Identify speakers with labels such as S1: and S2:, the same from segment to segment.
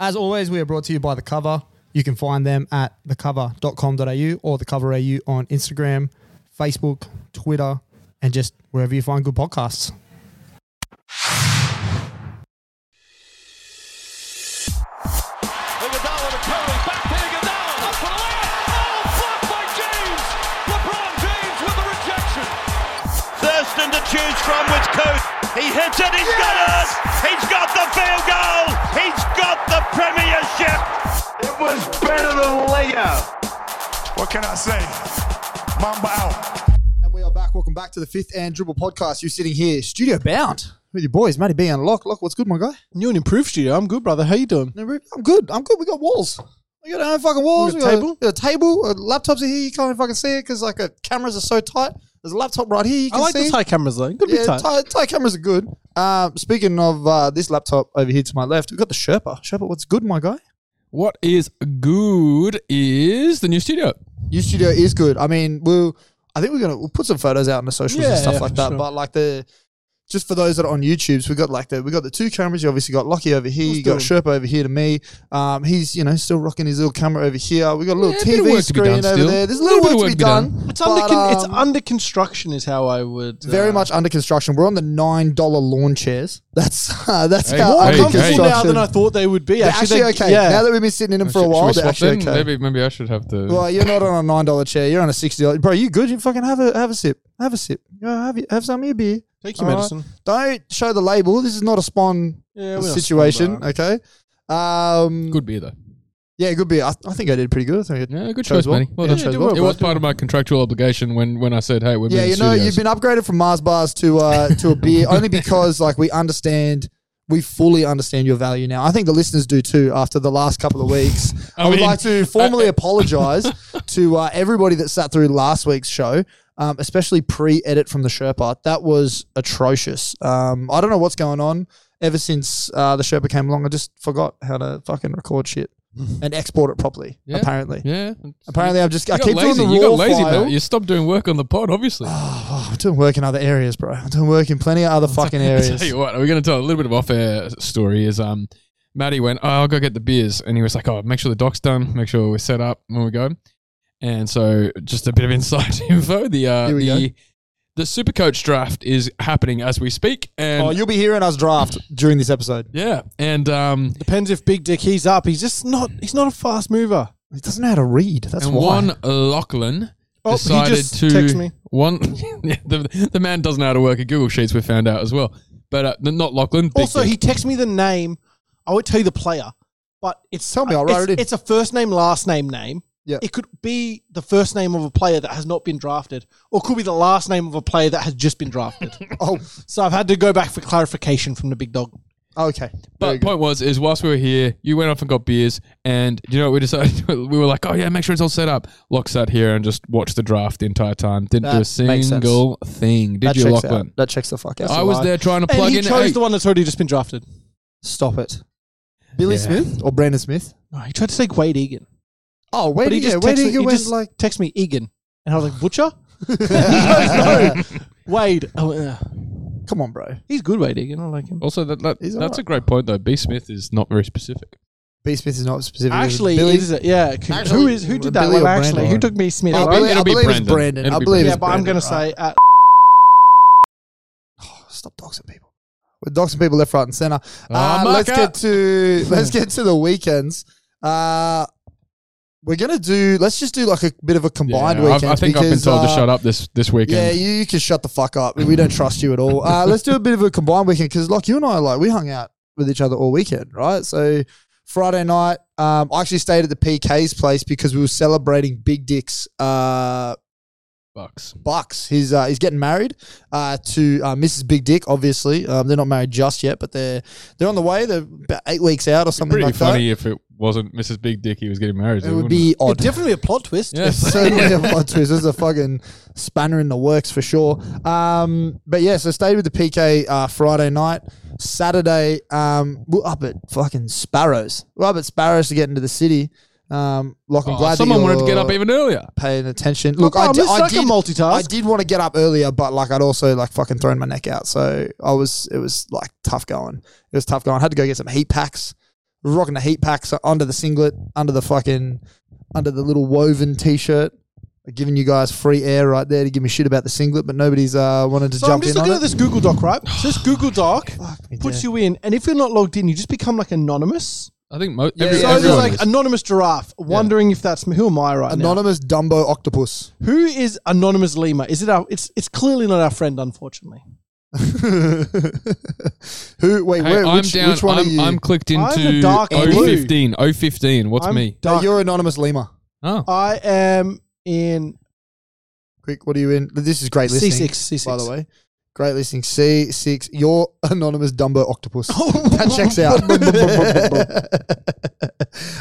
S1: As always, we are brought to you by The Cover. You can find them at thecover.com.au or The Cover AU on Instagram, Facebook, Twitter, and just wherever you find good podcasts.
S2: Iguodala to Curry, back to Iguodala, up for the layup. Oh, blocked by James. LeBron James with the rejection.
S3: Thurston to choose from which coach. He hits it, He's got it! He's got the field goal! He's got the premiership!
S4: It was better than Leo.
S5: What can I say? Mamba out.
S1: And we are back. Welcome back to the fifth and dribble podcast. You're sitting here, studio bound, with your boys, Matty B and Lock. Lock, what's good, my guy?
S6: New and improved studio. I'm good, brother. How you doing?
S1: No, we- I'm good. I'm good. We got walls. We got our own fucking walls.
S6: We got a table?
S1: A, table. uh, Laptops are here. You can't even fucking see it because like uh, cameras are so tight. There's a laptop right here. You
S6: I
S1: can
S6: like
S1: see.
S6: the tight cameras though. Good
S1: yeah,
S6: bit tight.
S1: tight, tight cameras are good. Uh, speaking of uh, this laptop over here to my left, we've got the Sherpa. Sherpa, what's good, my guy?
S7: What is good is the new studio.
S1: Your studio is good. I mean, we'll. I think we're gonna we'll put some photos out on the socials and
S6: Yeah,
S1: stuff
S6: yeah,
S1: like
S6: for
S1: that.
S6: sure.
S1: But like the just for those that are on YouTube's, we got like the we got the two cameras. You obviously got Lucky over here. you got
S6: do
S1: Sherpa over here to me. Um, he's you know still rocking his little camera over here. We got a little
S7: Yeah, a bit of
S1: TV
S7: work to be done
S1: screen over
S7: still.
S1: there. There's a little, work to be done.
S6: It's under
S1: but,
S6: con- it's
S1: um,
S6: under construction, is how I would. uh,
S1: very much under construction. We're on the nine dollar lawn chairs. That's uh, that's
S7: Hey,
S1: how
S7: more
S1: under
S7: Hey,
S6: comfortable
S7: hey.
S1: construction.
S6: now than I thought they would be.
S1: They're
S6: actually,
S1: actually,
S6: they-
S1: okay.
S6: Yeah.
S1: Now that we've been sitting in them for a
S7: Should- should
S1: while, they're
S7: we swap
S1: actually
S7: them?
S1: okay.
S7: Maybe maybe I should have the.
S1: Well, you're not on a nine dollar chair. You're on a sixty dollar. Bro, you good? You fucking have a have a sip. Have a sip. You know, have you, have some of your beer.
S6: Take your
S1: All right.
S6: medicine.
S1: Don't show the label. This is not a spawn
S6: Yeah, we're not
S1: situation.
S6: spawn,
S1: okay. Um.
S7: good beer though.
S1: Yeah, good beer. I, I think I did pretty good. I think. I-
S7: Yeah, good
S1: Chose
S7: choice,
S1: well.
S7: Manny. Well
S1: Yeah,
S7: done.
S1: you did well,
S7: it
S1: bro.
S7: was part of my contractual obligation when, when I said, "Hey, we're
S1: Yeah,
S7: moving
S1: you know,
S7: studios.
S1: you've been upgraded from Mars bars to uh to a beer only because like we understand. We fully understand your value now. I think the listeners do too. After the last couple of weeks, I,
S7: I
S1: would
S7: mean,
S1: like to formally apologise to uh, everybody that sat through last week's show, um, especially pre-edit from the Sherpa. That was atrocious. Um, I don't know what's going on. Ever since uh, the Sherpa came along, I just forgot how to fucking record shit and export it properly.
S7: Yeah.
S1: Apparently,
S7: Yeah,
S1: apparently, I'm just I
S7: You got
S1: keep
S7: lazy.
S1: doing the
S7: you
S1: raw
S7: got lazy,
S1: file.
S7: Matt. You stopped doing work on the pod, obviously.
S1: Oh, I'm doing work in other areas, bro. I'm doing work in plenty of other fucking
S7: I tell
S1: areas.
S7: you what, we're going to tell a little bit of off-air story. Is um, Maddie went, oh, I'll go get the beers, and he was like, oh, make sure the doc's done, make sure we're set up when we go. And so, just a bit of inside info: the uh,
S1: Here we
S7: the the Supercoach draft is happening as we speak, and
S1: Oh, you'll be hearing us draft during this episode.
S7: yeah, and um,
S6: Depends if Big Dick he's up. He's just not. He's not a fast mover.
S1: He doesn't know how to read. That's
S7: and
S1: why.
S7: one Lachlan
S6: Oh, he
S7: decided
S6: just
S7: to
S6: texted me.
S7: one. yeah, the, the man doesn't know how to work at Google Sheets. We found out as well, but uh, n- not Lachlan. Big
S6: Also,
S7: Dick.
S6: he texted me the name. I won't tell you the player, but it's
S1: Tell me, I'll
S6: it's,
S1: write it in.
S6: It's a first name, last name name.
S1: Yeah.
S6: It could be the first name of a player that has not been drafted, or could be the last name of a player that has just been drafted.
S1: Oh,
S6: so I've had to go back for clarification from the big dog.
S1: okay. Very
S7: But
S1: good.
S7: point was, is whilst we were here, you went off and got beers, and you know what we decided? we were like, oh yeah, make sure it's all set up. Lock sat here and just watched the draft the entire time.
S1: That
S7: Didn't do a
S1: makes sense.
S7: single thing. Did
S1: that
S7: you,
S1: checks
S7: Lachlan?
S1: out. That checks the fuck out.
S7: I was there trying to
S6: And
S7: plug
S6: he
S7: in.
S6: chose
S7: hey,
S6: the one that's already just been drafted.
S1: Stop it. Billy
S7: Yeah.
S1: Smith or Brandon Smith?
S6: No, he tried to say Wade Egan.
S1: Oh, where
S6: But
S1: did
S6: he
S1: you
S6: just
S1: go? Where
S6: texted,
S1: did you
S6: he
S1: go?
S6: just
S1: Like,
S6: text me Egan, and I was like Butcher. no, no, Wade. Oh, uh,
S1: come on, bro.
S6: he's good, Wade Egan. I like him.
S7: also, that, that
S1: He's
S7: that's
S1: alright.
S7: a great point though. B Smith is not very specific.
S1: B Smith is not specific.
S6: Actually,
S1: Billy.
S6: it is it? Yeah. c- who
S1: Actually,
S6: is who did that
S1: Billy
S6: one?
S1: or
S6: Actually,
S1: Brandon?
S6: who took me Smith?
S1: I
S6: right?
S1: believe, I
S7: It'll be
S1: believe it's
S7: Brandon.
S1: Brandon.
S7: It'll
S1: I
S7: be
S1: believe
S6: yeah,
S1: it's
S6: but I'm
S1: Brandon,
S6: gonna
S1: right?
S6: say uh,
S1: stop doxing people. We're doxing people left, right, and center. Uh,
S7: Ah,
S1: let's
S7: Maka.
S1: get to let's get to the weekends. Uh, we're gonna do. Let's just do like a bit of a combined
S7: Yeah, I've-
S1: weekend.
S7: I think I've been told to shut up this this
S1: Yeah,
S7: weekend.
S1: you, you can shut the fuck up. We don't trust you at all. Uh, let's do a bit of a combined weekend because, like, you and I, like, we hung out with each other all weekend, right? So Friday night, um, I actually stayed at the PK's place because we were celebrating Big Dick's uh,
S7: Bucks.
S1: Bucks. He's uh, he's getting married uh, to uh, Mrs. Big Dick. Obviously, um, they're not married just yet, but they're they're on the way. They're about eight weeks out or something
S7: Pretty
S1: like
S7: funny if it wasn't Mrs. Big Dick. He was getting married.
S1: that. It
S7: to,
S1: would
S7: wouldn't
S1: be odd.
S6: definitely a plot twist.
S7: Yeah.
S1: It's certainly a plot twist. This is a fucking spanner in the works for sure. Um, but yeah, so stayed with the PK uh, Friday night. Saturday, um, we're up at fucking Sparrows. We're up at Sparrows to get into the city. Um, like, I'm
S7: Oh,
S1: glad
S7: someone
S1: that
S7: wanted to get up
S1: you're
S7: even earlier.
S1: paying attention. Look,
S6: I,
S1: I,
S6: I,
S1: di- I
S6: I
S1: did.
S6: multitask.
S1: I did want to get up earlier, but like I'd also like fucking thrown my neck out, so I was it was like tough going. It was tough going. I had to go get some heat packs. was rocking the heat packs under the singlet, under the fucking, under the little woven t-shirt. Giving you guys free air right there to give me shit about the singlet, but nobody's uh, wanted to
S8: So I'm
S1: jump
S8: just
S1: in on
S8: looking
S1: it.
S8: at this Google Doc, right? So this Google Doc
S1: me
S8: puts
S1: dear.
S8: you in, and if you're not logged in, you just become like anonymous.
S7: I think mo- every,
S8: so there's
S7: everyone
S8: like
S7: is.
S8: anonymous giraffe, wondering if that's me. Who am I right now?
S1: Anonymous Dumbo Octopus.
S8: Who is anonymous Lima? Is it our? It's it's clearly not our friend, unfortunately.
S1: Who? Wait,
S7: Hey,
S1: where,
S7: I'm
S1: which,
S7: down.
S1: which one
S7: I'm,
S1: are you?
S7: I'm clicked
S8: I'm the
S7: into oh,
S8: dark blue.
S7: 015. 015. What's
S8: I'm
S7: me?
S1: No,
S8: dark.
S1: you're anonymous Lima.
S7: Oh,
S8: I am in
S1: Quick, what are you in? This is great
S8: C
S1: listening.
S8: six. C six.
S1: by the way. Great listening. C6. You're anonymous Dumbo Octopus. that checks out.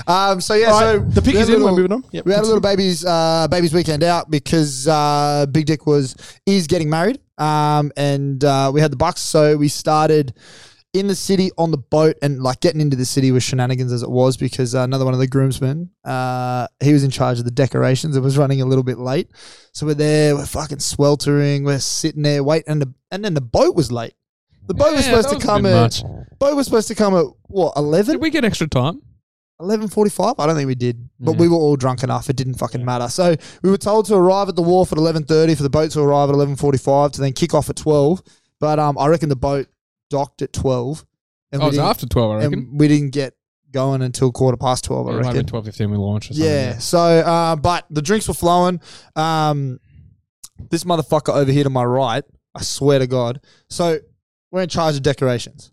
S1: um, so, yeah,
S8: All right,
S1: so
S8: the pick
S1: we
S8: is
S1: had a
S8: in. We're
S1: little-
S8: moving on. Yep.
S1: We had a little baby's uh, baby's weekend out because uh, Big Dick was is getting married, um, and uh, we had the bucks. So we started in the city on the boat, and like getting into the city was shenanigans as it was because uh, another one of the groomsmen, uh, he was in charge of the decorations. It was running a little bit late, so we're there, we're fucking sweltering, we're sitting there waiting, and the, and then the boat was late. The boat was
S7: Yeah, that
S1: supposed
S7: was
S1: to
S7: a
S1: come
S7: bit
S1: at
S7: much.
S1: boat was supposed to come at what eleven?
S7: Did we get extra time?
S1: eleven forty five. I don't think we did, but
S7: Yeah.
S1: we were all drunk enough. It didn't fucking matter. So we were told to arrive at the wharf at eleven thirty for the boat to arrive at eleven forty five to then kick off at twelve. But um, I reckon the boat docked at twelve, and
S7: Oh,
S1: we
S7: it's
S1: didn't-
S7: after 12, I reckon.
S1: and we didn't get going until quarter past twelve. I
S7: it might have
S1: Um, reckon.
S7: been 12.15 we launched or something.
S1: Yeah. So, uh, but the drinks were flowing. Um, this motherfucker over here to my right, I swear to God. So we're in charge of decorations.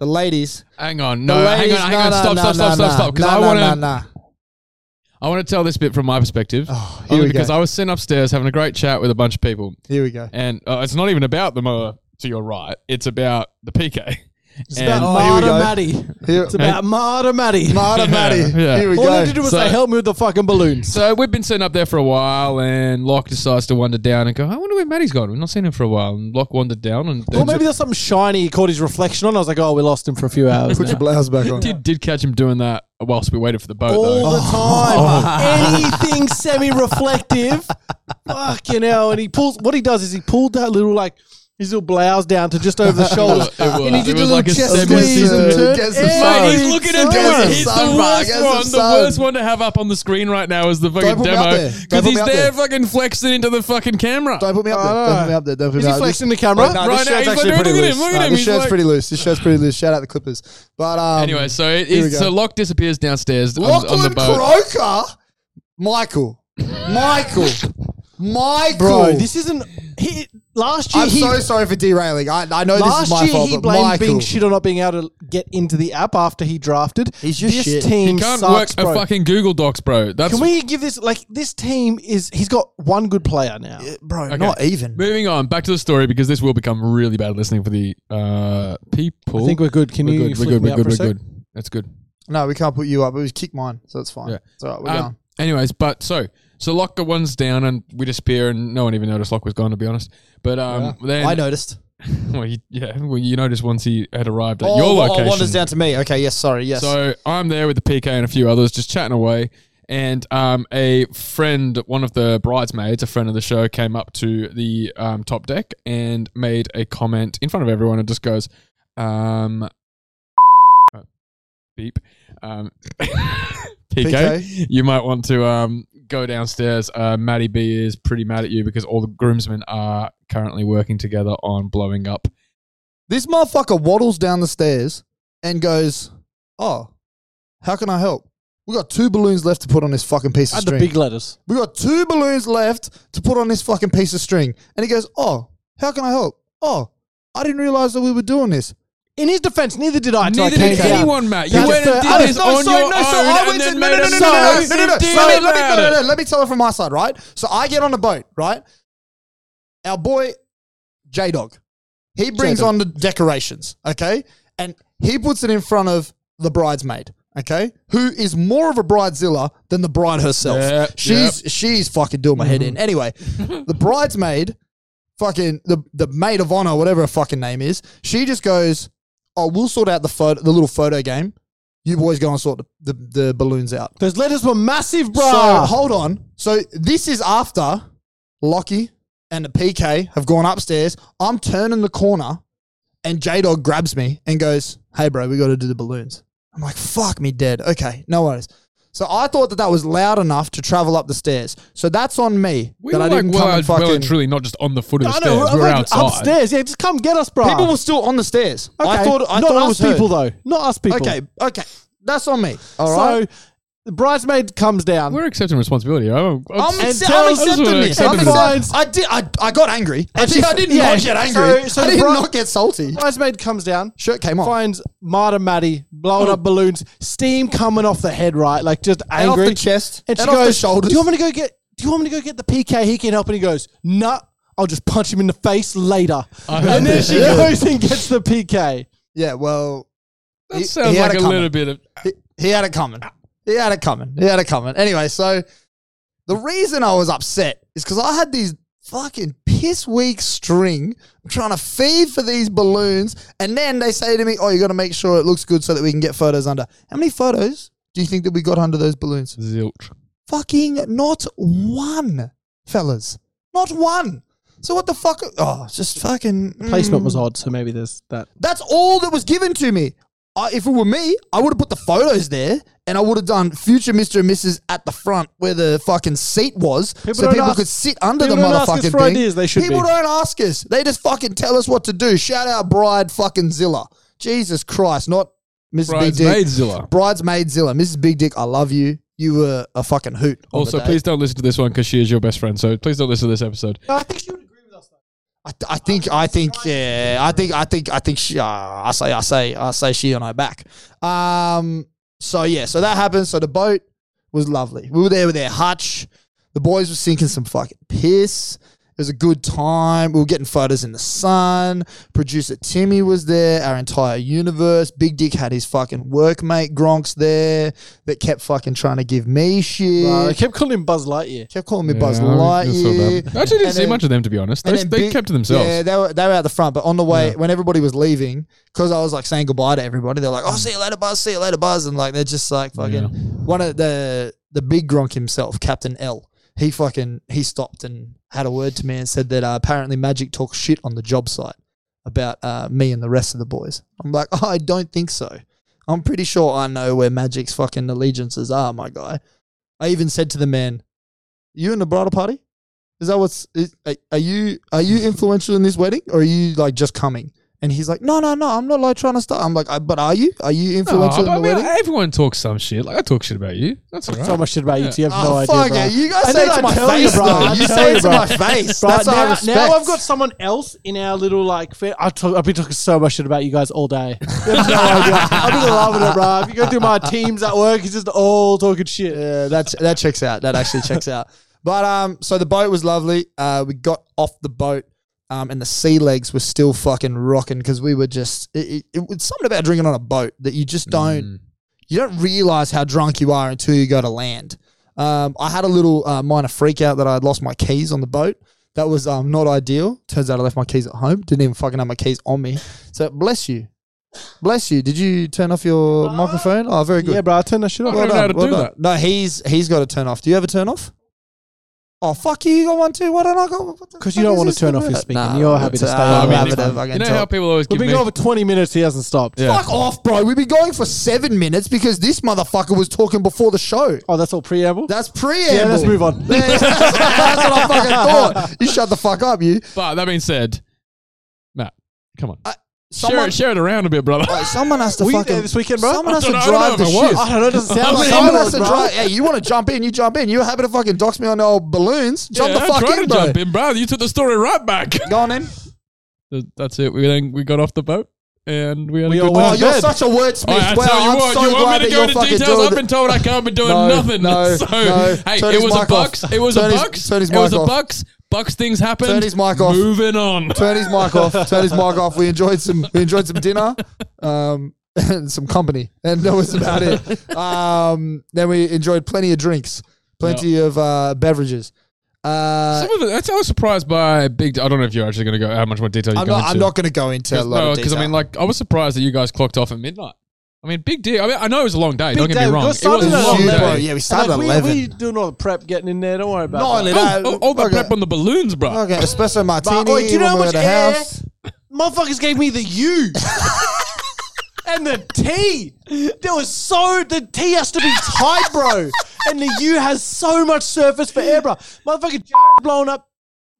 S1: The ladies,
S7: Hang on.
S1: the
S7: No, hang
S1: ladies-
S7: on. Hang
S1: no, no,
S7: on. Stop,
S1: no, no,
S7: stop, stop, stop,
S1: no.
S7: stop. Because
S1: No,
S7: I
S1: no,
S7: want to
S1: no, no.
S7: I want to tell this bit from my perspective.
S1: Oh, here
S7: only
S1: we go.
S7: because I was sitting upstairs having a great chat with a bunch of people.
S1: Here we go.
S7: And uh, it's not even about the mower to your right. It's about the PK. It's
S8: About
S1: Oh, here we
S8: Marta
S1: go.
S8: Matty.
S1: Here,
S8: It's about Marta Matty.
S1: Marta Matty.
S7: yeah.
S1: Here we
S8: All I
S1: go.
S8: did was
S7: So-
S8: they help me with the fucking balloons.
S7: So we've been sitting up there for a while, and Locke decides to wander down and go, I wonder where Matty's gone. We've not seen him for a while. And Locke wandered down and
S8: Or maybe there's something shiny he caught his reflection on. I was like, oh, we lost him for a few hours.
S1: Put your blouse back on.
S7: did, did catch him doing that whilst we waited for the boat,
S8: All
S7: though.
S8: the
S1: Oh.
S8: time. Anything semi reflective. fucking hell. And he pulls, what he does is he pulled that little, like, his little blouse down to just over the shoulders.
S7: It was-
S8: and he
S7: it
S8: did a
S7: was
S8: little
S7: like a
S8: chest
S7: semi-
S8: squeeze and
S1: Uh,
S8: turn.
S1: get some
S8: Every
S1: sun.
S7: Mate, he's looking at
S8: time.
S1: Get
S7: doing
S1: some
S7: it. He's the
S1: sun, bro.
S7: worst
S1: Get some
S7: one. The
S1: sun.
S7: worst one to have up on the screen right now is the
S1: Don't
S7: fucking
S1: put me up there.
S7: demo.
S1: Don't put
S7: Because he's
S1: me up
S7: there,
S1: there.
S7: fucking flexing into the fucking camera.
S1: Don't put me up there. Don't put me up there. Don't put
S8: Is
S1: me
S8: he
S1: up there.
S8: flexing the camera?
S1: Wait, no,
S7: Right
S1: this
S7: now,
S1: shirt's
S7: he's like,
S1: actually
S7: look
S1: pretty
S7: at him,
S1: loose.
S7: look
S1: Nah,
S7: at him.
S1: This
S7: He's
S1: shirt's
S7: like-
S1: pretty loose. This shirt's pretty loose. Shout out the Clippers. But um,
S7: Anyway, so it
S1: Here we
S7: is,
S1: go.
S7: so Locke disappears downstairs on, on the
S1: Lachlan
S7: boat.
S1: Croker, Michael, Michael, Michael.
S8: Bro, this isn't. He, last year,
S1: I'm
S8: he,
S1: so sorry for derailing. I, I know this
S8: last
S1: is my
S8: year
S1: fault,
S8: he
S1: but
S8: blamed
S1: Michael.
S8: being shit on not being able to get into the app after he drafted.
S1: He's just
S8: this
S1: shit.
S8: team
S7: You can't
S8: sucks,
S7: work
S8: bro.
S7: a fucking Google Docs, bro. That's
S8: Can we give this like this team is he's got one good player now.
S1: bro,
S7: Okay.
S1: not even.
S7: Moving on, back to the story because this will become really bad listening for the uh, people.
S8: I think we're good. Can
S7: We're
S8: you
S7: good. We're
S8: flip
S7: good.
S8: me
S7: We're
S8: out
S7: good.
S8: for a
S7: We're
S8: sec?
S7: good. That's good.
S1: No, we can't put you up. It was kick mine, so it's fine.
S7: Yeah.
S1: It's all right. We're
S7: Um,
S1: going.
S7: anyways, but so so Locke one's down and we disappear and no one even noticed Locke was gone to be honest. But um, then
S1: I noticed.
S7: Well, you, yeah, well, you noticed once he had arrived at
S1: Oh,
S7: your
S1: oh,
S7: location.
S1: Oh, wanders down to me. Okay, yes, sorry, yes.
S7: So I'm there with the PK and a few others, just chatting away. And um, a friend, one of the bridesmaids, a friend of the show, came up to the um, top deck and made a comment in front of everyone and just goes, um, oh, beep. Um, PK,
S1: PK.
S7: you might want to um, go downstairs. Uh, Maddie B is pretty mad at you because all the groomsmen are currently working together on blowing up.
S1: this motherfucker waddles down the stairs and goes, "Oh, how can I help? We got two balloons left to put on this fucking piece of
S8: Add the
S1: string.
S8: big letters.
S1: We got two balloons left to put on this fucking piece of string. And he goes, Oh, how can I help? Oh, I didn't realize that we were doing this.
S8: In his defense, neither did I. till I
S7: Neither did
S8: came down.
S7: anyone, Matt. You
S8: That's
S7: went
S8: the-
S7: and
S8: I
S7: did
S8: don't-
S7: this
S1: no,
S7: on
S1: sorry,
S7: your
S1: no,
S7: own
S1: sorry, I went
S7: and
S1: to-
S7: then
S1: no,
S7: made
S1: no,
S7: a
S1: no, no, no, no,
S7: massive
S1: no, no, no.
S7: deal
S1: So let me- let me-
S7: about
S1: no, no,
S7: it.
S1: no, let me tell it from my side, right? So I get on the boat, right? Our boy J Dog, he brings
S8: J-Dog.
S1: on the decorations, okay, and he puts it in front of the bridesmaid. Okay, who is more of a bridezilla than the bride herself?
S7: Yep, Mm-hmm.
S1: she's she's fucking doing my head in. Anyway, the bridesmaid, fucking the the maid of honor, whatever her fucking name is, she just goes, "Oh, we'll sort out the photo, the little photo game. You boys go and sort the, the, the balloons out."
S8: Those letters were massive, bro.
S1: So hold on. So this is after Lockie and the PK have gone upstairs. I'm turning the corner and J Dog grabs me and goes, Hey bro, we gotta do the balloons. I'm like, fuck me dead. Okay, no worries. So I thought that that was loud enough to travel up the stairs. So that's on me
S7: We
S1: that
S7: were
S1: I
S7: like
S1: didn't
S7: well,
S1: come and fucking.
S7: well and truly not just on the foot of the
S8: I
S7: stairs.
S8: know,
S7: we
S8: we're
S7: were outside.
S8: upstairs. Yeah, just come get us, bro.
S1: People were still on the stairs. I thought I
S8: Not
S1: thought it
S8: us
S1: was heard.
S8: people, though. Not us people.
S1: Okay, okay, that's on me. All
S8: so
S1: right.
S8: the bridesmaid comes down.
S7: We're accepting responsibility. I'm, I'm,
S1: I'm,
S8: And
S1: acce- I'm
S8: tells-
S1: accepting this. I'm
S8: accepting
S1: accept-
S8: finds-
S1: I did. I, I got angry. Actually,
S8: she-
S1: I didn't
S8: yeah,
S1: not get angry.
S8: so- so
S1: I
S8: the
S1: did
S8: bri-
S1: not get salty.
S8: bridesmaid comes down.
S1: Shirt came off.
S8: Finds Marta Maddie blowing up balloons, steam coming off the head, right? Like just
S1: And off
S8: angry.
S1: the chest.
S8: And
S1: And,
S8: she
S1: off
S8: goes,
S1: the shoulders.
S8: Do you want me to go get? Do you want me to go get the PK? He can help. And he goes, Nah, I'll just punch him in the face later. And
S7: heard
S8: then
S7: this.
S8: she goes and gets the PK.
S1: yeah. Well,
S7: that
S1: he-
S7: sounds
S1: he had
S7: like
S1: it
S7: a
S1: coming.
S7: little bit of.
S1: he, he had it coming. He had it coming. He had it coming. Anyway, so the reason I was upset is because I had these fucking piss weak string I'm trying to feed for these balloons, and then they say to me, "Oh, you got to make sure it looks good so that we can get photos under." How many photos do you think that we got under those balloons?
S7: Zilch.
S1: Fucking not one, fellas. Not one. So what the fuck? Oh, it's just fucking mm.
S8: Placement was odd, so maybe there's that.
S1: That's all that was given to me. I, if it were me, I would have put the photos there and I would have done future Mr. and Mrs. at the front where the fucking seat was so
S8: don't
S1: people
S8: ask-
S1: could sit under the
S8: people don't ask us
S1: motherfucking
S8: for
S1: thing.
S8: ideas, they should
S1: people
S8: be.
S1: don't ask us. They just fucking tell us what to do. Shout out Bride fucking Zilla. Jesus Christ, not Mrs. Big Dick.
S7: Bridesmaidzilla.
S1: Bridesmaid Zilla. Mrs. Big Dick, I love you. You were a fucking hoot. on the
S7: Also,
S1: day.
S7: please don't listen to this one because she is your best friend. So please don't listen to this episode.
S8: I think she would agree with us.
S1: I, th- I think I think yeah I think I think I think she uh, I say I say I say she on her back. Um. So yeah. So that happened. So the boat was lovely. We were there with our hutch. The boys were sinking some fucking piss. It was a good time. We were getting photos in the sun. Producer Timmy was there. Our entire universe. Big Dick had his fucking workmate Gronks there that kept fucking trying to give me shit.
S8: Uh, I kept calling him Buzz Lightyear.
S1: kept calling me Buzz
S7: Yeah, I feel so
S1: Lightyear.
S7: bad. I actually didn't
S1: And
S7: see
S1: then-
S7: much of them, to be honest.
S1: and
S7: They,
S1: then
S7: they
S1: big-
S7: kept to themselves.
S1: Yeah, they were they were out the front, but on the way
S7: Yeah.
S1: when everybody was leaving, because I was like saying goodbye to everybody, they're like, "Oh, see you later, Buzz. See you later, Buzz." And like they're just like fucking
S7: Yeah.
S1: one of the the big Gronk himself, Captain L. He fucking he stopped and had a word to me and said that uh, apparently Magic talks shit on the job site about uh, me and the rest of the boys. I'm like, oh, I don't think so. I'm pretty sure I know where Magic's fucking allegiances are, my guy. I even said to the man, "You in the bridal party? Is that what's? Is, are, are you are you influential in this wedding, or are you like just coming?" And he's like, "No, no, no, I'm not like trying to start." I'm like, "Uh, "But are you? Are you
S7: No,
S1: influential
S7: Oh, but I
S1: in the
S7: mean,
S1: wedding?"
S7: everyone talks some shit. Like I talk shit about you. That's all right.
S8: So much shit about you, two, you have no
S1: Oh,
S8: idea.
S1: fuck
S8: bro.
S1: it. You guys
S8: And
S1: say
S8: then
S1: it to
S8: I
S1: my
S8: tell you,
S1: face,
S8: bro.
S1: though.
S8: I
S1: You
S8: tell
S1: say
S8: you,
S1: it to
S8: bro.
S1: my face.
S8: Bro,
S1: That's
S8: now,
S1: what I respect.
S8: now I've got someone else in our little like. Fair, I talk, I've been talking so much shit about you guys all day. You have no idea. I've been loving it, bro. If you go through my teams at work, it's just all talking shit.
S1: Yeah, that that checks out. That actually checks out. But um, so the boat was lovely. Uh, we got off the boat, um, and the sea legs were still fucking rocking because we were just. It, it, it's something about drinking on a boat that you just don't.
S7: Mm.
S1: You don't realize how drunk you are until you go to land. Um, I had a little uh, minor freak out that I had lost my keys on the boat. That was um, not ideal. Turns out I left my keys at home. Didn't even fucking have my keys on me. So bless you, bless you. Did you turn off your microphone? Oh, very good.
S8: Yeah, bro. I turn that shit off.
S7: Well, don't even know how to do that.
S1: No, he's he's got to turn off. Do you have a turn off? Oh fuck you! You got one too. Why don't I got?
S8: Because you don't want to turn off your speaker. You're happy to stay
S1: nah, I'm
S8: on.
S1: happy
S8: it.
S1: to
S7: You
S1: fucking
S7: know how
S1: talk.
S7: people always
S8: We've
S7: give me.
S8: been going for 20 minutes. He hasn't stopped.
S7: Yeah.
S1: Fuck off, bro. We've been going for seven minutes because this motherfucker was talking before the show.
S8: Oh, that's all preamble.
S1: That's preamble.
S8: yeah, let's move on.
S1: That's what I fucking thought. You shut the fuck up, you.
S7: But that being said, Matt, come on, share
S1: Uh, Someone, Uh,
S7: it, share it around a bit, brother.
S1: someone has to
S8: Were you
S1: fucking
S8: there this weekend, bro?
S1: Someone has
S7: I
S1: to
S7: don't know, I
S1: drive
S7: don't
S1: the
S7: know if I
S1: shit.
S7: was.
S8: I don't know. It doesn't sound like
S1: Someone has to
S8: bro.
S1: drive. Yeah, you want to jump in? You jump in. You were happy to fucking dox me on the old balloons? Jump
S7: Yeah,
S1: the
S7: I'm
S1: fuck
S7: trying
S1: in,
S7: to
S1: bro.
S7: jump in, bro. You took the story right back.
S1: Go on in.
S7: That's it. We then we got off the boat and we had
S8: We
S7: a good
S8: all
S1: Oh,
S8: went-
S7: time.
S1: you're
S8: bed.
S1: such a wordsmith.
S7: Alright, I
S1: well,
S7: tell you
S1: I'm
S7: what,
S1: so
S7: you
S1: glad
S7: want me
S1: that
S7: to go
S1: you're
S7: into
S1: fucking
S7: details?
S1: doing
S7: I've been told I can't be doing
S1: No,
S7: nothing.
S1: no,
S7: so,
S1: no.
S7: hey,
S1: Turn
S7: it
S1: his
S7: was a
S1: mic off.
S7: bucks. It was
S1: Turn
S7: a
S1: his-
S7: bucks.
S1: turn his
S7: it was
S1: mic
S7: a
S1: off.
S7: bucks. Bucks things happened.
S1: Turn his mic off.
S7: Moving on.
S1: turn his mic off. Turn his mic off. We enjoyed some. We enjoyed some dinner, um, and some company, and that was about it. Um, then we enjoyed plenty of drinks, plenty of uh, beverages. Uh,
S7: Some of it, that's, I was surprised by big. I don't know if you're actually going to go how much more detail you
S1: I'm
S7: go
S1: not.
S7: into.
S1: I'm not going to go into a lot
S7: no,
S1: of
S7: because
S1: detail.
S7: I mean, like, I was surprised that you guys clocked off at midnight. I mean, big deal. I mean, I know it was a long day. don't get
S8: day.
S7: me
S8: We
S7: wrong.
S8: got
S7: It was
S8: started
S7: a
S8: at
S7: long
S1: Shoot, bro,
S7: day.
S1: yeah, we started
S8: And,
S1: at
S8: like,
S1: eleven.
S8: we, we doing all the prep, getting in there. Don't worry about
S1: Not
S8: that.
S1: only
S7: Oh,
S1: that,
S7: oh, all the
S1: okay,
S7: prep on the balloons, bro.
S1: okay, espresso martini.
S8: But, oi, do oh, you know
S1: when
S8: how
S1: we're
S8: much
S1: at the
S8: air-
S1: house.
S8: Motherfuckers gave me the U. And the T, there was so the T has to be tight, bro. And the U has so much surface for air, bro. Motherfucking J blowing up.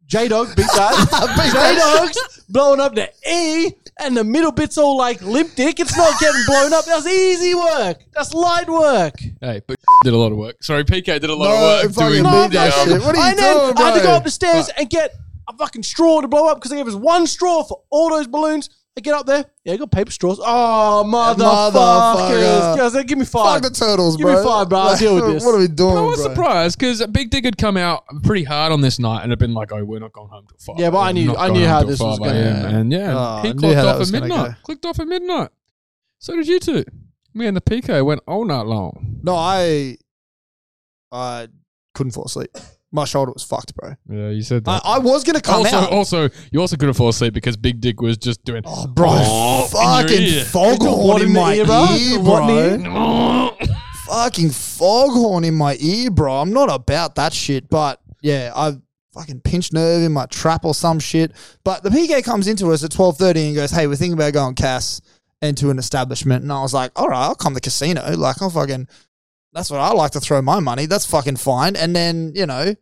S8: J Dog beat that. J Dog's blowing up the E, and the middle bit's all like limp dick. It's not getting blown up. That's easy work. That's light work.
S7: Hey, but did a lot of work. Sorry, PK did a lot
S1: No,
S7: of work
S1: fucking
S7: doing
S1: beat that
S7: um,
S1: shit. What are you
S8: I then-
S1: doing, bro?
S8: I had to go up the stairs and get a fucking straw to blow up because they gave us one straw for all those balloons. I get up there. Yeah, I got paper straws. Oh, motherfuckers.
S1: Motherfucker.
S8: Yeah, I said, give me
S1: Fuck
S8: five.
S1: the turtles,
S8: Give
S1: bro.
S8: me five, bro. I'll
S1: Like,
S8: deal with this.
S1: What are we doing,
S7: I
S1: Oh, bro?
S7: was surprised because Big Dig had come out pretty hard on this night and had been like, "Oh, we're not going home till five.
S8: Yeah, but I
S7: We're
S8: knew-
S7: not
S8: I
S7: going
S8: knew
S7: home
S8: how
S7: till
S8: this was
S7: 5
S8: gonna
S7: a.m.
S1: go.
S7: And yeah,
S1: Oh, I
S7: he
S1: knew
S7: clicked
S1: how that
S7: off
S1: was
S7: at
S1: gonna
S7: midnight.
S1: go.
S7: Clicked off at midnight. So did you two. Me and the PK went all night long.
S1: No, I, I couldn't fall asleep. My shoulder was fucked, bro.
S7: Yeah, you said
S1: I,
S7: that.
S1: I was gonna come
S7: also,
S1: out.
S7: also, you also couldn't fall asleep because Big Dig was just doing.
S1: Oh, bro,
S7: in your
S1: fucking
S7: ear.
S1: foghorn in my ear, bro.
S8: What in
S1: Fucking foghorn in my ear, bro. I'm not about that shit, but yeah, I fucking pinched nerve in my trap or some shit. But the PK comes into us at 12:30 and goes, "Hey, we're thinking about going Cass into an establishment." And I was like, "All right, I'll come to casino. Like, I'll fucking that's what I like to throw my money. That's fucking fine." And then you know,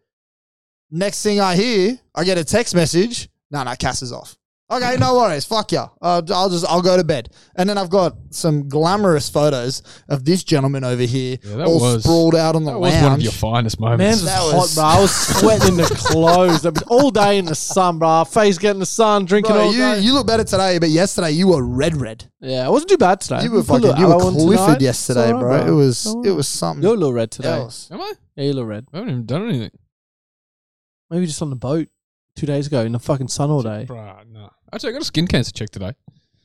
S1: next thing I hear, I get a text message. No, no, Cass is off. Okay, no worries. Fuck yeah. Uh, I'll just I'll go to bed. And then I've got some glamorous photos of this gentleman over here,
S7: Yeah, that
S1: all
S7: was-
S1: sprawled out on the
S7: That was
S1: lounge.
S7: one of your finest
S8: Man,
S7: moments.
S8: this
S1: That
S8: was
S1: was-
S8: hot, bro. I was sweating in the clothes. I've been all day in the sun, bro. Face getting the sun, drinking
S1: Bro,
S8: all
S1: you,
S8: day.
S1: you look better today, but yesterday you were red, red.
S8: yeah, it wasn't too bad today.
S1: You were
S8: Put a
S1: fucking, you
S8: little
S1: were
S8: aloe on
S1: Clifford
S8: tonight.
S1: yesterday,
S8: It's all
S1: bro.
S8: right,
S1: It was,
S8: It's all
S1: it
S8: right.
S1: was something
S8: You're a little red today.
S1: else.
S7: Am I?
S8: Yeah, you're a little red.
S7: I haven't even done anything.
S8: Maybe just on the boat two days ago in the fucking sun all day.
S7: Bruh, nah. Actually, I got a skin cancer check today.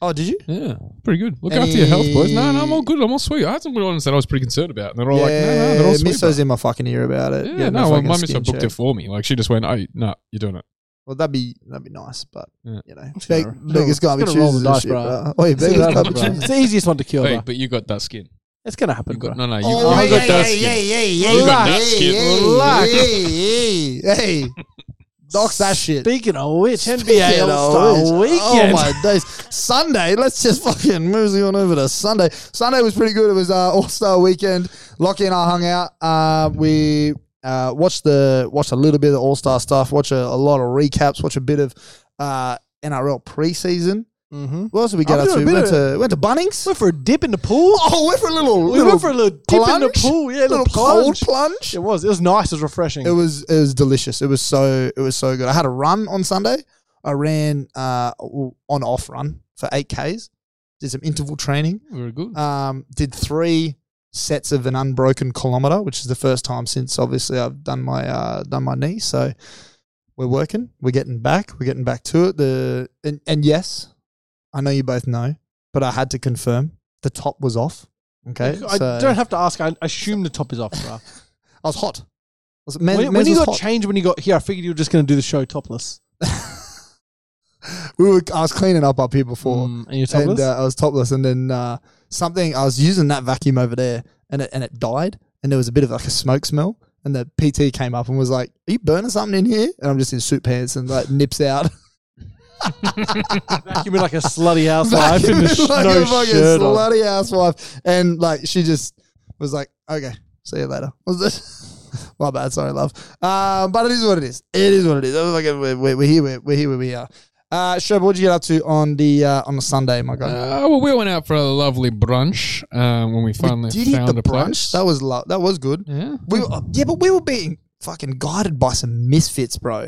S1: Oh, did you?
S7: Yeah, pretty good. Look after your health, boys. No, no, I'm
S1: Any-
S7: all good. I'm all sweet. I had some good ones that I was pretty concerned about, and they're all
S1: yeah, uh,
S7: like, no, no, they're all sweet.
S1: Misso's in my fucking ear about
S7: bro.
S1: it.
S7: yeah,
S1: Getting a
S7: no, well,
S1: fucking
S7: my miss
S1: skin
S7: booked it
S1: check.
S7: for me. Like, she just went, oh, no, you're doing it.
S1: Well, that'd be that'd be nice, but
S7: Yeah.
S1: you know,
S8: gonna-
S1: big,
S8: I'm gonna-
S1: biggest guy
S8: I'm
S1: be
S8: gonna roll the
S1: choosers and
S8: dice,
S1: shit,
S8: bro.
S1: bro. Oi,
S8: It's
S1: biggest guy
S8: gonna
S1: be
S8: happen,
S1: choosers.
S8: bro. It's the easiest one to cure,
S7: Hey,
S8: bro.
S7: but you got that skin.
S8: It's gonna happen,
S7: You
S8: bro.
S7: got, no, no, you,
S1: Oh,
S7: got-
S1: hey,
S7: you got that
S1: hey,
S7: skin.
S1: hey, hey,
S7: You got
S1: hey,
S7: that skin.
S1: hey,
S7: Luck.
S1: hey, hey, hey, Dox that shit.
S8: Speaking of which,
S1: Speaking
S8: NBA
S1: of
S8: All Star
S1: which- Oh
S8: Weekend.
S1: my days. Sunday, let's just fucking move on over to Sunday. Sunday was pretty good. It was uh, All Star Weekend. Lockie and I hung out. Uh, we uh, watched the watched a little bit of All Star stuff. Watch a, a lot of recaps. Watch a bit of uh, NRL preseason.
S8: mm-hmm.
S1: What else did we get up
S8: I'll do a
S1: to? We
S8: bit
S1: went
S8: of-
S1: to went to Bunnings.
S8: Went for a dip in the pool.
S1: Oh, went for a little.
S8: we
S1: little
S8: went for a little dip in the
S1: plunge?
S8: pool. Yeah,
S1: little cold
S8: plunge.
S1: plunge.
S8: It was. It was nice. It was refreshing.
S1: It was it was delicious. It was so it was so good. I had a run on Sunday. I ran uh, on off run for eight k's. Did some interval training.
S7: Very
S8: Mm.
S7: good.
S1: Um, did three sets of an unbroken kilometer, which is the first time since obviously I've done my uh, done my knee. So we're working. We're getting back. We're getting back to it. The and, and yes, I know you both know, but I had to confirm the top was off. Okay,
S8: I
S1: so
S8: don't have to ask. I assume the top is off, bro.
S1: I was hot. I was, men,
S8: when
S1: men's
S8: when you
S1: was
S8: got
S1: hot.
S8: changed, when you got here, I figured you were just going to do the show topless.
S1: we were, I was cleaning up up here before,
S8: Mm, and you're topless.
S1: and uh, I was topless, and then uh, something I was using that vacuum over there, and it and it died, and there was a bit of like a smoke smell, and the PT came up and was like, "Are you burning something in here?" And I'm just in suit pants and like nips out,
S8: Vacuuming like a slutty housewife in the sh-
S1: like
S8: no
S1: a fucking
S8: shirt on.
S1: slutty housewife, and like she just was like, "Okay, see you later." Was this? My bad, sorry, love. Uh, but it is what it is. It is what it is. Oh, fucking- We're, we're, we're here. We're, we're here where we are. Uh, Sherb, what did you get up to on the uh, on the Sunday, my guy?
S7: Uh, well, we went out for a lovely brunch um, when we finally
S1: did eat
S7: found
S1: the
S7: a place.
S1: brunch. That was lo- that was good.
S7: yeah.
S1: We were, uh, yeah, but we were being fucking guided by some misfits, bro.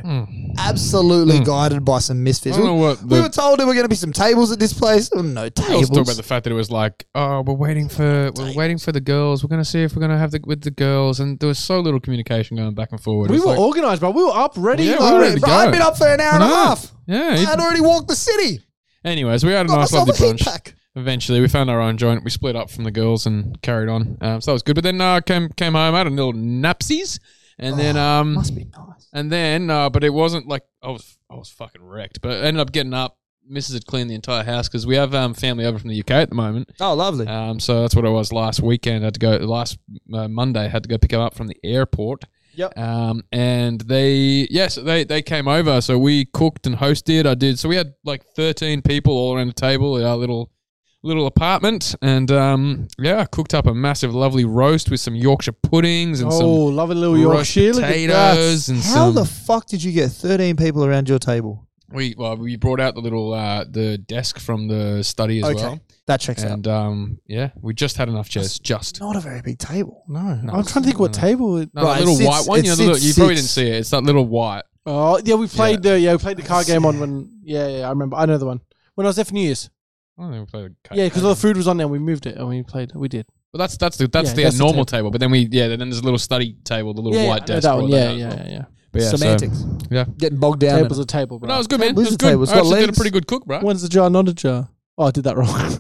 S1: Absolutely guided by some misfits.
S7: Hmm. I don't
S1: We-
S7: know what
S1: we
S7: the-
S1: were told there were going to be some tables at this place. There were no
S7: I
S1: tables.
S7: also talk about the fact that it was like, oh, we're waiting for we're waiting for the girls. We're gonna see if we're gonna have the with the girls, and there was so little communication going back and forward. It
S8: We
S7: was
S8: were
S7: like-
S8: organised, bro. We were up, ready.
S7: Yeah, we
S1: All
S7: were
S1: right,
S7: ready to
S1: bro,
S7: go.
S1: I'd been up for an hour and a
S7: No.
S1: half.
S7: Yeah,
S1: I'd
S7: it-
S1: already walked the city.
S7: Anyways, we had a
S1: Got
S7: nice,
S1: myself
S7: lovely
S1: a heat
S7: brunch.
S1: pack.
S7: Eventually, we found our own joint. We split up from the girls and carried on. Um, so that was good. But then uh, came came home. I had a little napsies, and then um,
S1: Oh, Must be nice.
S7: and then uh, but it wasn't like I was I was fucking wrecked. But I ended up getting up. Mrs. had cleaned the entire house because we have um, family over from the UK at the moment.
S1: Oh, lovely.
S7: Um, so that's what I was last weekend. I had to go last uh, Monday. Had to go pick him up from the airport.
S1: Yep.
S7: Um, and they yes they they came over. So we cooked and hosted. I did. So we had like thirteen people all around the table at our little little apartment, and um, yeah, I cooked up a massive, lovely roast with some Yorkshire puddings and
S8: Oh,
S7: some
S8: lovely little
S7: roast
S8: Yorkshire. Look at that.
S7: potatoes and
S1: How
S7: some.
S1: the fuck did you get 13 people around your table?
S7: we well, we brought out the little uh, the desk from the study as well,
S1: That checks out.
S7: and um, yeah, we just had enough chairs. Just
S1: Not a very big table.
S8: No, I'm trying to think what table. It,
S7: uh, no,
S1: Right,
S7: that little
S1: it sits-
S7: white one.
S1: it
S7: You, know, the
S1: sits
S7: little- you probably
S1: six.
S7: didn't see it. It's that little white.
S8: Oh yeah, we played the yeah we played the card game on when yeah yeah I remember I know the one when I was there for New Year's
S7: I don't know if I would cut
S8: yeah because
S7: that.
S8: all the food was on there and we moved it and we played we did
S7: But that's that's the that's
S8: Yeah,
S7: the
S8: that's the
S7: normal
S8: table.
S7: table. But then we yeah, then there's a little study table, the little
S8: yeah, yeah,
S7: white
S8: I know
S7: desk.
S8: that
S7: brought
S8: one yeah
S7: out as
S8: yeah,
S7: well.
S8: yeah
S7: But yeah, so-
S1: Semantics.
S7: yeah.
S1: Getting bogged down.
S8: yeah
S1: in
S8: table's a table bro
S7: no, it was good, man. It
S1: Lose
S7: was
S1: the
S7: good.
S1: table, it's
S7: I
S1: got
S7: actually did a
S1: legs.
S7: pretty good cook, bro.
S8: one's a jar not a jar oh I did that wrong
S1: it.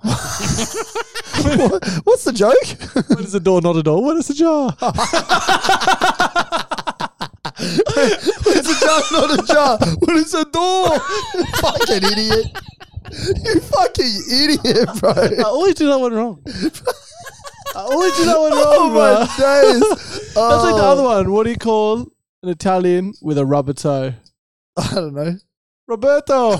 S1: What- What's the joke?
S8: what is a door not a door what is a jar
S1: It's a jar, not a jar. What is a door? You fucking idiot. You fucking idiot, bro.
S8: I always do that one wrong I always do that one wrong
S1: Oh
S8: bro.
S1: my days. Oh,
S8: that's like the other one what do you call an Italian with a rubber toe
S1: I don't know.
S8: Roberto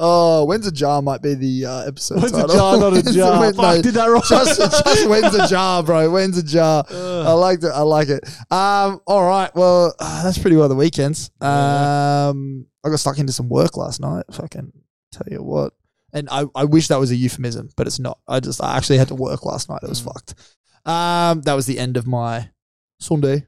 S1: Oh, when's a jar might be the uh, episode
S8: what's a
S1: title.
S8: jar not a
S1: When's-
S8: jar
S1: when-
S8: fuck
S1: no,
S8: did that wrong
S1: just, just when's a jar, bro? When's a jar? I liked it. I like it. Um, all right. Well, uh, that's pretty well the weekends. Um, I got stuck into some work last night. Fucking tell you what. And I, I wish that was a euphemism, but it's not. I just I actually had to work last night. It
S8: Hmm.
S1: was fucked. Um, that was the end of my Sunday.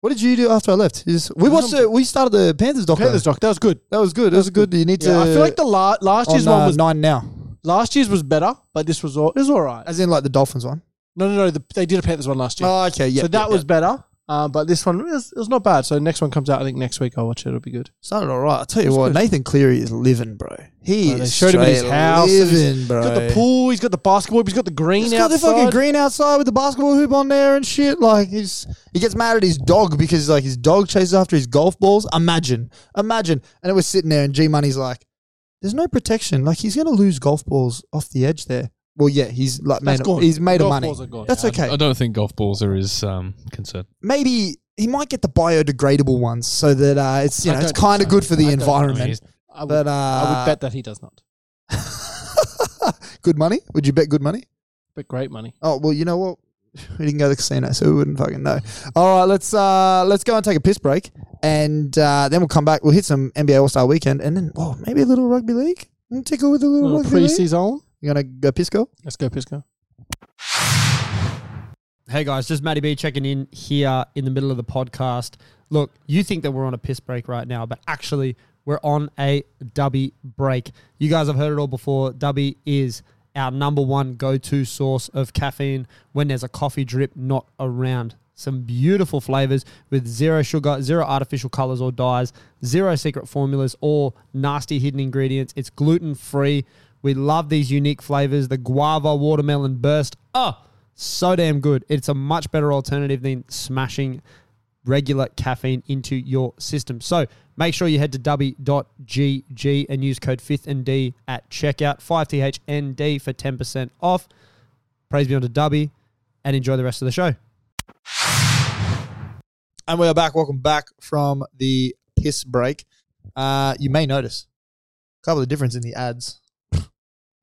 S1: What did you do after I left? Is we watched the, we started the Panthers doc.
S8: Um, Panthers doc that was good
S1: That was good. That was good. You need
S8: yeah,
S1: to.
S8: I feel like the la- last
S1: on,
S8: year's one
S1: uh,
S8: was
S1: nine now,
S8: Last year's was better, but this was all it was all right.
S1: as in like the Dolphins one.
S8: No, no, no. The, they did a Panthers one last year,
S1: Oh, okay. Yeah.
S8: so that was better. Um, but this one it was, it was not bad. So next one comes out, I think next week. I'll watch it. It'll be good.
S1: Started all right. I tell you what, Nathan Cleary is living, bro. He
S8: Oh,
S1: is
S8: they showed him in his
S1: straight
S8: house.
S1: living, bro.
S8: He's got the pool. He's got the basketball. He's got the green
S1: He's
S8: outside.
S1: got the fucking green outside with the basketball hoop on there and shit. Like he's he gets mad at his dog because like his dog chases after his golf balls. Imagine, imagine. And it was sitting there, and G Money's like, "There's no protection. Like he's gonna lose golf balls off the edge there." Well, yeah, he's like made
S8: That's
S1: of,
S8: gone.
S1: he's made
S8: Golf
S1: of money.
S8: balls are gone.
S1: That's
S7: I-
S1: okay.
S7: I, don't think golf balls are his um, concern.
S1: Maybe he might get the biodegradable ones so that uh, it's you
S8: I
S1: know it's
S8: don't think
S1: kind of
S8: so.
S1: good for the
S8: I don't-
S7: I mean,
S1: environment.
S7: he's-
S8: I would,
S1: but uh,
S8: I would bet that he does not.
S1: good money. Would you bet good money?
S8: Bet great money.
S1: Oh well, you know what? We didn't go to the casino, so we wouldn't fucking know. All right, let's uh let's go and take a piss break, and uh, then we'll come back. We'll hit some NBA All Star Weekend, and then oh maybe a little rugby league. We'll Tickle with a little,
S8: Little
S1: rugby league.
S8: preseason.
S1: You gonna go piss go?
S8: Let's go, Pisco.
S9: Hey guys, just Matty B checking in here in the middle of the podcast. Look, you think that we're on a piss break right now, but actually we're on a dubby break. You guys have heard it all before. Dubby is our number one go-to source of caffeine when there's a coffee drip not around. Some beautiful flavors with zero sugar, zero artificial colors or dyes, zero secret formulas or nasty hidden ingredients. It's gluten-free. We love these unique flavors. The guava watermelon burst. Oh, so damn good. It's a much better alternative than smashing regular caffeine into your system. So make sure you head to w.gg and use code 5th and D at checkout, 5THND for 10% off. Praise be unto Dubby and enjoy the rest of the show.
S1: And we are back. Welcome back from the piss break. Uh, you may notice a couple of difference in the ads.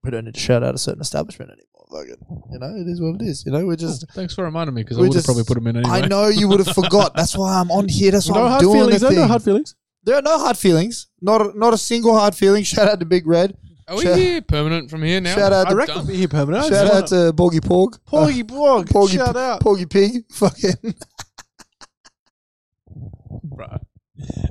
S1: We don't need to shout out a certain establishment anymore. Fucking, you know, it is what it is. You know, we're just
S7: thanks for reminding me because I
S1: We
S7: would have
S1: just-
S7: probably put him in anyway.
S1: I know you would have forgot. That's why I'm on here. That's why
S8: No
S1: I'm
S8: hard
S1: doing
S8: feelings.
S1: the
S8: No
S1: thing.
S8: hard feelings.
S1: there are no hard feelings. Not a, not a single hard feeling. Shout out to Big Red.
S7: Are we
S1: Shout-
S7: here permanent from here now?
S1: Shout out
S8: I
S1: to
S8: reckon we'll be here permanent.
S1: shout out to Porgy Porg. Uh,
S8: Porgy Porg.
S1: Porgy,
S8: shout out.
S1: Porgy Pig. Fucking
S7: Bruh.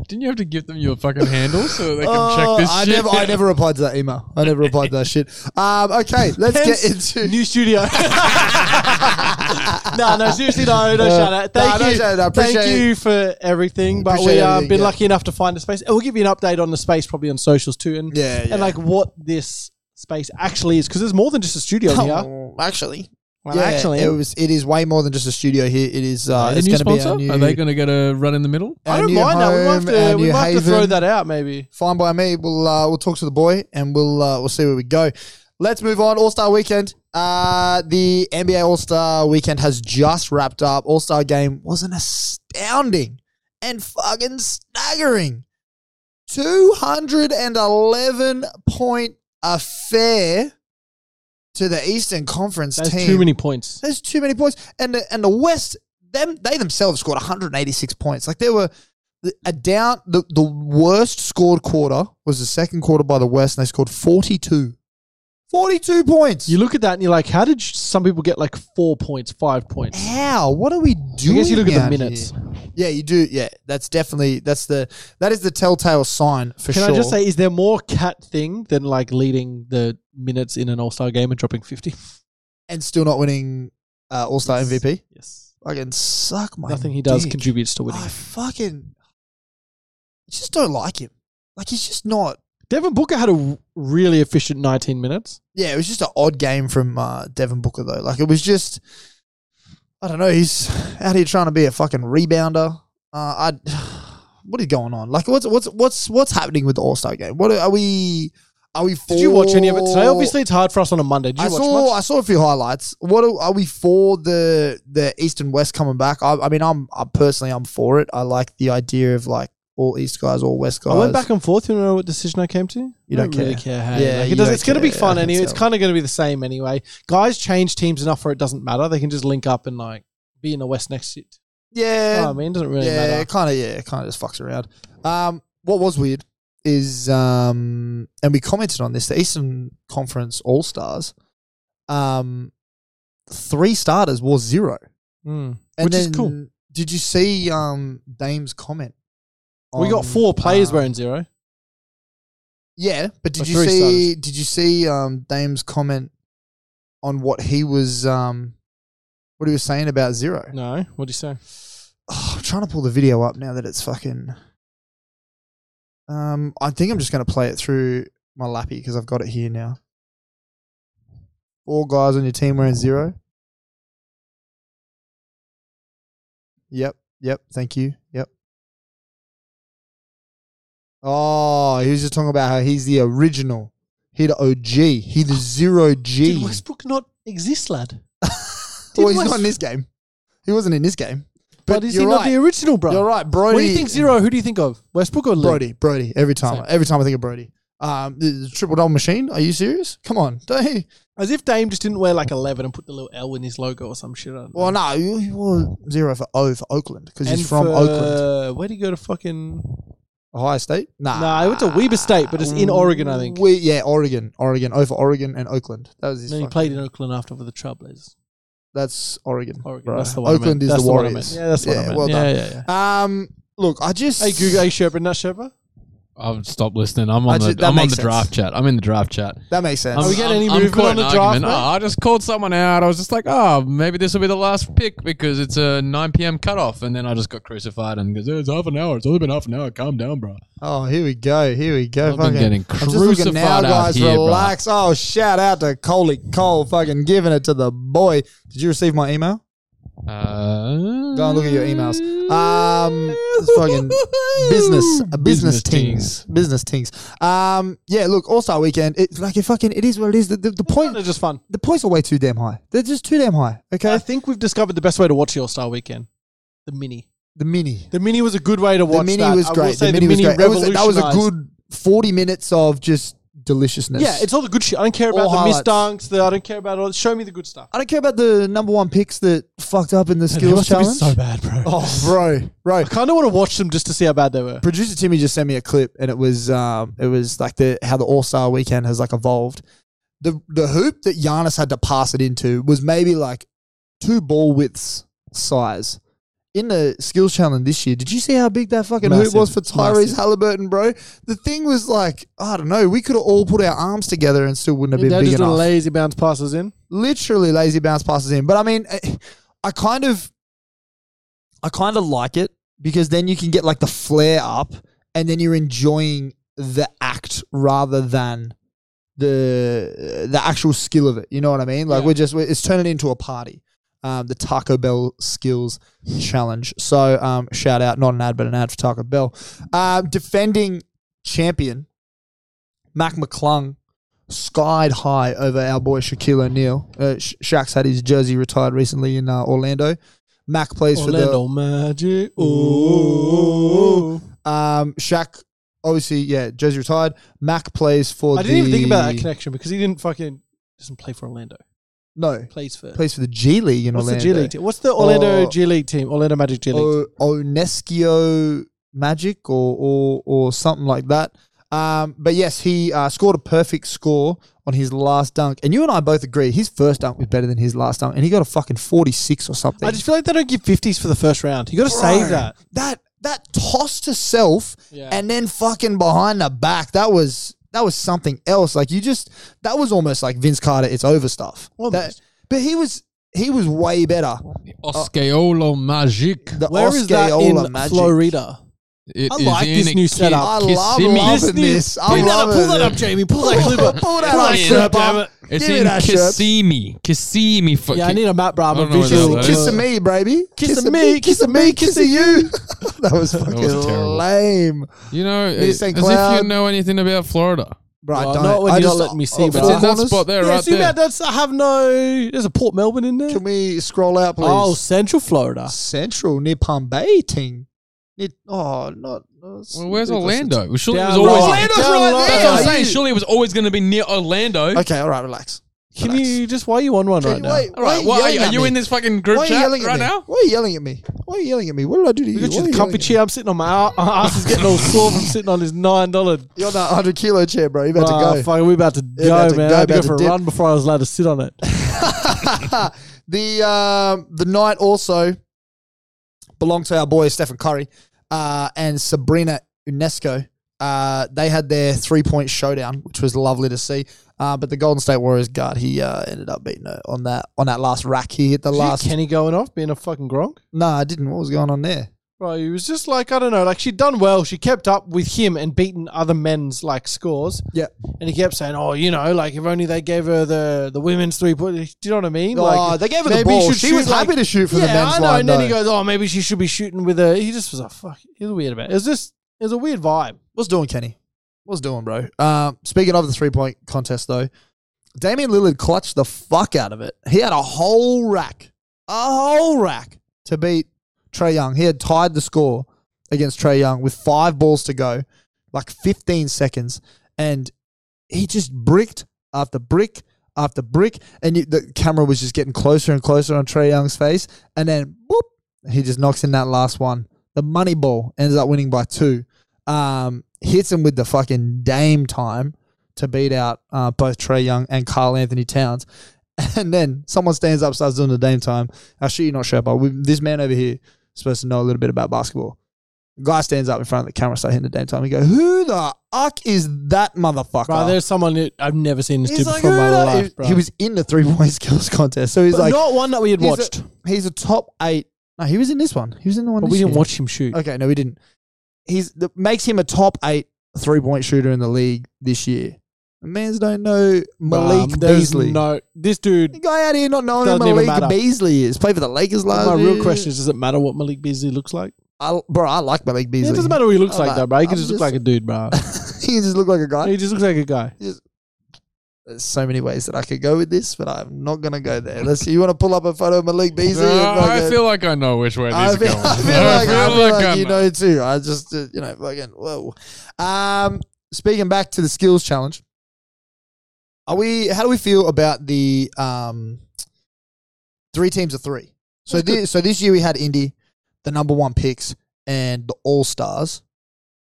S7: Didn't you have to give them your fucking handle so they can
S1: Uh,
S7: check this
S1: I
S7: shit?
S1: never I never replied to that email. I never replied to that shit. Um, okay, let's get into
S8: New studio. no, no, seriously, no, no
S1: Uh,
S8: shout out.
S1: no,
S8: Thank
S1: no
S8: you,
S1: shout out.
S8: thank
S1: Appreciate
S8: you for everything. But
S1: Appreciate
S8: we uh,
S1: everything,
S8: been
S1: yeah.
S8: lucky enough to find a space, and we'll give you an update on the space probably on socials too, and
S1: Yeah, yeah.
S8: and like what this space actually is because there's more than just a studio here.
S1: Oh, actually.
S8: Well,
S1: yeah,
S8: actually,
S1: it was it is way more than just a studio here. It is uh,
S7: a
S1: it's
S7: new
S1: going to be
S7: sponsor?
S1: our new,
S7: Are they going to get a run in the middle?
S1: our
S8: I don't
S1: new
S8: mind that. We might have
S1: home, our
S8: to, we
S1: new
S8: might have to throw
S1: haven.
S8: that out maybe.
S1: fine by me. We'll uh, we'll talk to the boy and we'll uh, we'll see where we go. Let's move on. All Star Weekend. Uh, the NBA All Star Weekend has just wrapped up. All Star Game was an astounding and fucking staggering 211 point affair to the Eastern Conference
S8: That's
S1: team.
S8: too many points.
S1: There's too many points. And the, and the West, them they themselves scored 186 points. Like they were a down. The, the worst scored quarter was the second quarter by the West, and they scored 42. 42 points.
S8: You look at that and you're like, how did some people get like four points, five points?
S1: How? What are we
S8: I
S1: doing?
S8: guess you look at
S1: out
S8: the minutes.
S1: here? Yeah, you do. Yeah, that's definitely that's the that is the telltale sign for
S8: Can
S1: sure.
S8: I just say, is there more cat thing than like leading the minutes in an All Star game and dropping fifty?
S1: and still not winning uh, All Star MVP.
S8: Yes.
S1: Fucking suck my.
S8: Nothing he does
S1: dick.
S8: contributes to winning.
S1: I fucking I just don't like him. Like he's just not.
S8: Devin Booker had a w- really efficient 19 minutes.
S1: Yeah, it was just an odd game from uh, Devin Booker though. Like it was just. I don't know. He's out here trying to be a fucking rebounder. Uh, I. What is going on? Like what's what's what's what's happening with the All Star game? What are, are we? Are we? For,
S8: Did you watch any of it today? Obviously, it's hard for us on a Monday. Did you
S1: I
S8: watch
S1: saw
S8: much?
S1: I saw a few highlights. What are, are we for the the East and West coming back? I, I mean, I'm I personally I'm for it. I like the idea of like all East guys, all West guys.
S8: I went back and forth. You know what decision I came to?
S1: You
S8: I
S1: don't
S8: really
S1: care.
S8: care. hey?
S1: Yeah,
S8: Like,
S1: you
S8: it does,
S1: don't
S8: it's going to be
S1: care.
S8: fun
S1: I can
S8: anyway. It's
S1: tell.
S8: kind of going to be the same anyway. Guys change teams enough where it doesn't matter. They can just link up and like be in the West next year.
S1: yeah,
S8: Oh, I mean, it doesn't really
S1: yeah,
S8: matter.
S1: kind of, yeah, kind of just fucks around. Um, what was weird is, um, and we commented on this: the Eastern Conference All Stars, um, three starters wore zero,
S8: Mm.
S1: and
S8: Which is
S1: then-
S8: cool.
S1: Did you see um Dame's comment?
S8: We got
S1: on,
S8: four players
S1: um,
S8: wearing zero.
S1: Yeah, but did
S8: Like
S1: you
S8: three
S1: see?
S8: starters.
S1: Did you see um, Dame's comment on what he was, um, what he was saying about zero?
S8: No, what do you say?
S1: Oh, I'm trying to pull the video up now that it's fucking. Um, I think I'm just gonna play it through my lappy because I've got it here now. All guys on your team wearing zero. Yep, yep. Thank you. Yep. Oh, he was just talking about how he's the original. He the OG. He the zero G.
S8: Did Westbrook not exist, lad?
S1: well,
S8: did
S1: he's not in
S8: West-
S1: this game. He wasn't in this game.
S8: But, is he
S1: you're
S8: not the original, bro?
S1: You're right, Brody.
S8: When you think zero, who do you think of? Westbrook or Lee?
S1: Brody, Brody. Every time,
S8: Same.
S1: every time I think of Brody. Um, the the triple double machine. Are you serious? Come on, don't he?
S8: As if Dame just didn't wear like 11 and put the little L in his logo or some shit. I don't know.
S1: Well, no, he he wore zero for O for Oakland because
S8: And
S1: he's from
S8: for-
S1: Oakland,
S8: Where'd he go to fucking.
S1: Ohio State. Nah,
S8: Nah, he went to Weber State, but it's in Oregon, I think.
S1: We, yeah, Oregon, Oregon, O for Oregon and Oakland. That was his.
S8: And then he
S1: fucking-
S8: played in Oakland after for the Trailblazers.
S1: That's Oregon.
S8: Oregon.
S1: bro.
S8: That's the one. I
S1: Oakland
S8: meant.
S1: is
S8: That's
S1: the
S8: one I
S1: Warriors.
S8: meant. Yeah, that's what I meant.
S1: Well
S8: yeah,
S1: done.
S8: yeah, yeah.
S1: Um, look, I just
S8: Hey, Google, hey, Sherpa, not Sherpa?
S7: I've stopped listening. I'm on
S1: That's it.
S7: the
S1: That
S7: I'm on
S1: makes
S7: the
S1: sense.
S7: draft chat. I'm in the draft chat.
S1: That makes sense.
S8: Are we getting any
S7: I'm
S8: movement
S7: quite
S8: on the
S7: an
S8: draft,
S7: argument.
S8: mate?
S7: Oh, I just called someone out. I was just like, oh, maybe this will be the last pick because it's a 9 p.m. cutoff. And then I just got crucified and goes, it's half an hour. It's only been half an hour. Calm down, bro.
S1: Oh, here we go. Here we go.
S7: I've been getting
S1: I'm just looking now,
S7: crucified out
S1: guys.
S7: here, bruh.
S1: relax. Oh, shout out to Coley Cole. Fucking giving it to the boy. Did you receive my email?
S7: Uh,
S1: Go and look at your emails. Um, it's fucking business, uh, business
S7: Business
S1: things, business things. Um, yeah. Look, All Star Weekend. It's like it fucking. It is what it is. The, the, the point.
S8: They're just fun.
S1: The points are way too damn high. They're just too damn high.
S8: I
S1: Okay.
S8: think we've discovered the best way to watch the All Star weekend the mini.
S1: The mini.
S8: The mini was a good way to watch
S1: the mini
S8: that.
S1: was
S8: I will
S1: great.
S8: say
S1: The mini, was great. That was, that was a
S8: revolutionized-
S1: good forty minutes of just deliciousness.
S8: Yeah, it's all the good shit. I don't care
S1: All
S8: about the missed
S1: highlights.
S8: dunks. The, I don't care about all. that. Show me the good stuff.
S1: I don't care about the number one picks that fucked up in the skills challenge.
S8: so bad, bro.
S1: Oh, bro, bro.
S8: I kind of want to watch them just to see how bad they were.
S1: Producer Timmy just sent me a clip, and it was um, it was like the how the All Star Weekend has like evolved. The the hoop that Giannis had to pass it into was maybe like two ball widths size. In the skills challenge this year, did you see how big that fucking hoop
S8: Massive,
S1: was for Tyrese
S8: massive.
S1: Halliburton, bro? The thing was like, I don't know, we could have all put our arms together and still wouldn't have
S8: They're
S1: been big
S8: just
S1: enough.
S8: lazy bounce passes in.
S1: literally lazy bounce passes in. But I mean, eh, I kind of, I kind of like it because then you can get like the flare up, and then you're enjoying the act rather than the the actual skill of it. You know what I mean? Like
S8: Yeah.
S1: we're just we're, it's turning into a party. Um, the Taco Bell skills challenge. So um, shout out, not an ad, but an ad for Taco Bell. Um, defending champion Mac McClung skied high over our boy Shaquille O'Neal. Uh, Sh- Shaq's had his jersey retired recently in uh, Orlando. Mac plays
S8: Orlando
S1: for
S8: Magic.
S1: Ooh.
S8: Ooh.
S1: the um, Shaq obviously, yeah, Josie retired. Mac plays for
S8: I
S1: the.
S8: didn't even think about that connection because he didn't fucking doesn't play for Orlando.
S1: No,
S8: Plays for
S1: plays for the G League in
S8: what's
S1: Orlando.
S8: the G League team? What's the Orlando
S1: Oh.
S8: G League team? Orlando Magic G League. team.
S1: O- Oneskio Magic or, or or something like that. Um, but yes, he uh, scored a perfect score on his last dunk, and you and I both agree his first dunk was better than his last dunk, and he got a fucking forty six or something.
S8: I just feel like they don't give fifties for the first round. You got to save
S1: Bro,
S8: that.
S1: That that toss to self and then fucking behind the back. That was that was something else. Like you just that was almost like Vince Carter, it's over stuff. That-
S8: Almost.
S1: but he was he was way better.
S7: Osceola Magic.
S1: The
S8: Where is that
S1: Osceola
S8: in
S1: Magic.
S8: Florida?
S7: It
S8: I
S7: is
S8: like
S7: in
S8: this new setup.
S1: I love
S7: Kissimmee.
S1: loving this. I'm
S8: Pull that up,
S1: loving
S8: pull that up,
S1: it.
S8: Jamie. Pull that clip up.
S1: Pull that
S8: Pull
S1: up,
S8: that
S1: Sherpa.
S8: clip up, damn it.
S7: It's
S1: Give me
S7: in
S1: that shirt.
S7: Kissimmee. Kissimmee. For,
S8: Yeah, I need a map, bro. I'm a
S7: I don't know where
S8: visual.
S7: that is.
S1: Kiss me, baby.
S8: Kiss a me, kiss a me, kiss a
S1: you. that was fucking
S7: terrible.
S1: lame.
S7: you know,
S1: Need
S7: as
S1: St.
S7: if
S1: Cloud.
S7: you know anything about Florida.
S1: Bro, I
S8: Well,
S1: don't.
S8: not when
S1: I
S8: you're not
S1: just-
S8: letting me see,
S1: oh,
S8: but
S1: four
S7: It's in that
S1: corners?
S7: spot there,
S8: Yeah,
S7: right
S8: see
S7: there.
S8: that? That's I have no. There's a Port Melbourne in there.
S1: Can we scroll out, please?
S8: Oh, Central Florida.
S1: Central near Palm Bay team. Near, oh, not.
S7: Well, where's Orlando? Well, surely it was
S8: Down
S7: always
S8: low.
S7: Orlando's
S8: Down
S7: right
S8: low.
S7: there. That's what I'm
S1: Are
S7: saying.
S1: you-
S7: Surely it was always going to be near Orlando.
S1: Okay, all right, relax.
S8: Can
S1: Relax.
S8: you just why are you on one
S1: Can
S8: right
S1: you-
S8: now?
S1: wait,
S7: All
S1: why
S7: right, why are you,
S1: yelling
S7: are
S1: at
S7: you
S1: me?
S7: in this fucking group
S1: Why are you
S7: chat
S1: yelling at
S7: right
S1: me?
S7: now?
S1: Why are you yelling at me? Why are you yelling at me? What did I do to you?
S8: Look at
S1: Why
S8: you,
S1: are
S8: the
S1: you
S8: comfy
S1: yelling
S8: chair. I'm sitting on my ar- my ass is getting all sore from sitting on his nine dollar.
S1: at me? You're on that hundred kilo chair, bro. You about
S8: Ah,
S1: to go.
S8: fuck, we about to
S1: Yeah,
S8: go,
S1: about to
S8: man.
S1: go,
S8: I had to go
S1: about to
S8: for a
S1: dip.
S8: run before I was allowed to sit on it.
S1: the um, the night also belonged to our boy Stephen Curry uh, and Sabrina Unesco. Uh, they had their three point showdown, which was lovely to see. Uh, but the Golden State Warriors guard he uh, ended up beating her on that on that last rack. He hit the last.
S8: Kenny going off being a fucking gronk.
S1: nah, I didn't. What was going on there?
S8: Bro, it was just like I don't know. Like she'd done well. She kept up with him and beaten other men's like scores.
S1: Yeah.
S8: And he kept saying, "Oh, you know, like if only they gave her the the women's three point." Do you know what I mean?
S1: Oh,
S8: like
S1: they gave her the
S8: maybe you
S1: ball.
S8: should
S1: She
S8: shoot,
S1: was happy to shoot for the
S8: yeah,
S1: men's
S8: I know.
S1: line,
S8: and then he
S1: though.
S8: goes, "Oh, maybe she should be shooting with a." He just was a fuck. He was weird about it. It was just it was a weird vibe.
S1: What's doing, Kenny? What's doing, bro? Um, speaking of the three point contest, though, Damian Lillard clutched the fuck out of it. He had a whole rack, a whole rack to beat Trey Young. He had tied the score against Trey Young with five balls to go, like 15 seconds, and he just bricked after brick after brick, and you, the camera was just getting closer and closer on Trey Young's face, and then whoop, he just knocks in that last one. The money ball ends up winning by two um, hits him with the fucking dame time to beat out uh, both Trey Young and Carl Anthony Towns. And then someone stands up, starts doing the dame time. I'll shoot you not Sherpa. We, this man over here is supposed to know a little bit about basketball. Guy stands up in front of the camera, start hitting the dame time. He go, who the fuck is that motherfucker?
S8: Bro, there's someone that I've never seen this dude
S1: he's like,
S8: before in
S1: "Who
S8: my
S1: the-"
S8: life. Bro.
S1: he was in the three point skills contest, so he's
S8: But
S1: like,
S8: not one that we had
S1: he's a-
S8: watched,
S1: he's a top eight. No, he was in this one. He was in the one.
S8: but
S1: this
S8: we didn't
S1: year.
S8: watch him shoot.
S1: Okay, no, we didn't. He's that makes him a top eight three point shooter in the league this year. Mans don't know Malik
S8: Um, there's
S1: Beasley.
S8: No, this dude
S1: the guy out here not knowing who
S8: Doesn't even
S1: Malik
S8: matter.
S1: Beasley is. Played for Uh, the Lakers last
S8: My
S1: year.
S8: real question is, does it matter what Malik Beasley looks like?
S1: I, bro, I like Malik
S8: Yeah,
S1: Beasley.
S8: it doesn't matter what he looks
S1: I'm
S8: like,
S1: not-
S8: though, bro. He can
S1: I'm
S8: just
S1: just-
S8: look like a dude, bro.
S1: he just look like a guy.
S8: he just looks like a guy.
S1: There's so many ways that I could go with this, but I'm not gonna go there. Let's. You want to pull up a photo of Malik Beasley? and
S7: Uh, I
S1: fucking-
S7: feel like I know which way
S1: I
S7: these are
S1: feel,
S7: going.
S1: I feel like, I feel like you
S7: I
S1: know too. I just, uh, you know, fucking, whoa. Um, speaking back to the skills challenge, are we, how do we feel about the um, three teams of three? So this, so this year we had Indy, the number one picks, and the All Stars,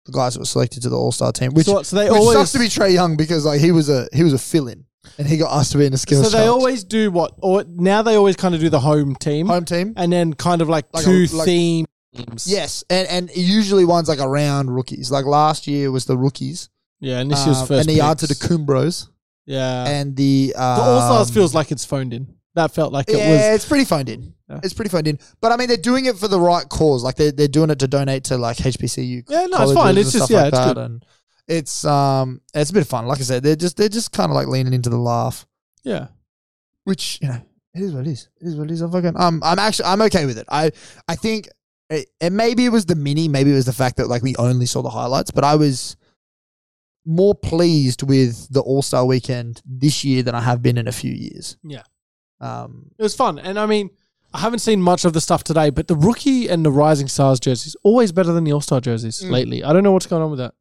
S1: the guys that were selected to the All Star team, which,
S8: so, so they
S1: which
S8: always
S1: sucks to be Trey Young because like he was a he was a fill in and he got asked to be in the
S8: so
S1: skills
S8: they
S1: challenge.
S8: always do what? Or now they always kind of do the home team,
S1: home team.
S8: and then kind of like,
S1: Like
S8: two
S1: a- like-
S8: theme teams.
S1: Yes, and and usually one's like around rookies. Like last year was the rookies.
S8: yeah. And this year's
S1: Um,
S8: first,
S1: And the yard to the
S8: picks.
S1: Cumbros
S8: yeah.
S1: and the um,
S8: the All Stars feels like it's phoned in. That felt like
S1: yeah,
S8: it was.
S1: it's pretty phoned in.
S8: Yeah.
S1: It's pretty phoned in, but I mean they're doing it for the right cause. Like they're they're doing it to donate to like HBCU.
S8: Yeah, no, it's
S1: colleges
S8: fine.
S1: and
S8: It's just
S1: stuff
S8: yeah,
S1: like
S8: it's
S1: that.
S8: good.
S1: and it's um it's a bit of fun. Like I said, they're just they're just kind of like leaning into the laugh,
S8: Yeah,
S1: which you know it is what it is. It is what it is. I'm fucking um I'm actually I'm okay with it. I I think it, and maybe it was the mini, maybe it was the fact that like we only saw the highlights, but I was more pleased with the All Star Weekend this year than I have been in a few years.
S8: Yeah.
S1: Um,
S8: it was fun. And I mean, I haven't seen much of the stuff today, but the
S1: Mm.
S8: rookie and the Rising Stars jerseys always better than the All Star jerseys lately. I don't know what's going on with that.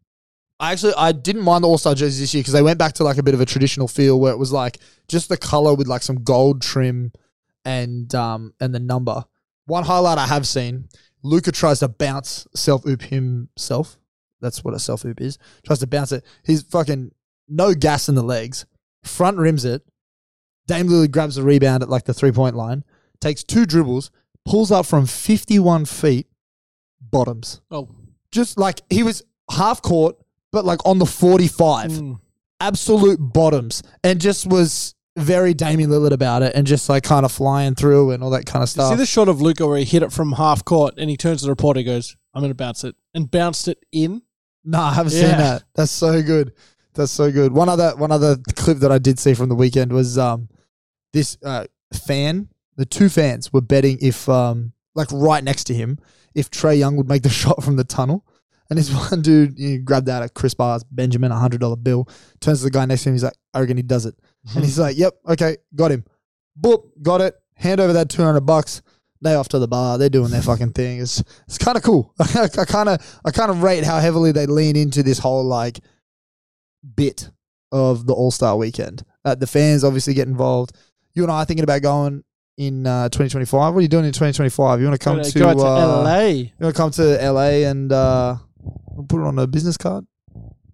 S1: I actually I didn't mind the All Star jerseys this year because they went back to like a bit of a traditional feel where it was like just the color with like some gold trim and um and the number. One highlight I have seen: Luca tries to bounce self oop himself. That's what a self oop is. Tries to bounce it. He's fucking no gas in the legs. Front rims it. Dame Lillard grabs the rebound at like the three point line. Takes two dribbles. Pulls up from fifty one feet. Bottoms
S8: Oh,
S1: just like he was half court, but like on the 45,
S8: Mm.
S1: absolute bottoms, and just was very Damian Lillard about it and just like kind of flying through and all that kind of
S8: see
S1: stuff.
S8: the shot of Luca where he hit it from half court and he turns to the reporter, and goes, "I'm going to bounce it," and bounced it in.
S1: No, I haven't seen
S8: Yeah.
S1: that. That's so good. That's so good. One other one other clip that I did see from the weekend was um this uh, fan, the two fans were betting if um like right next to him if Trey Young would make the shot from the tunnel. And this one dude you know, grabbed out a Chris Bars Benjamin a hundred dollar bill, turns to the guy next to him, he's like, I reckon he does it. And he's like, Yep, okay, got him. Boop, got it. Hand over that two hundred bucks. They off to the bar. They're doing their fucking thing. It's it's kind of cool. I kind of I kind of rate how heavily they lean into this whole like bit of the All Star Weekend. Uh, the fans obviously get involved. You and I are thinking about going in uh, 2025. What are you doing in 2025? You want to come
S8: Gotta
S1: to,
S8: go to
S1: uh,
S8: LA.
S1: you want to come to LA and uh, we'll put it on a business card.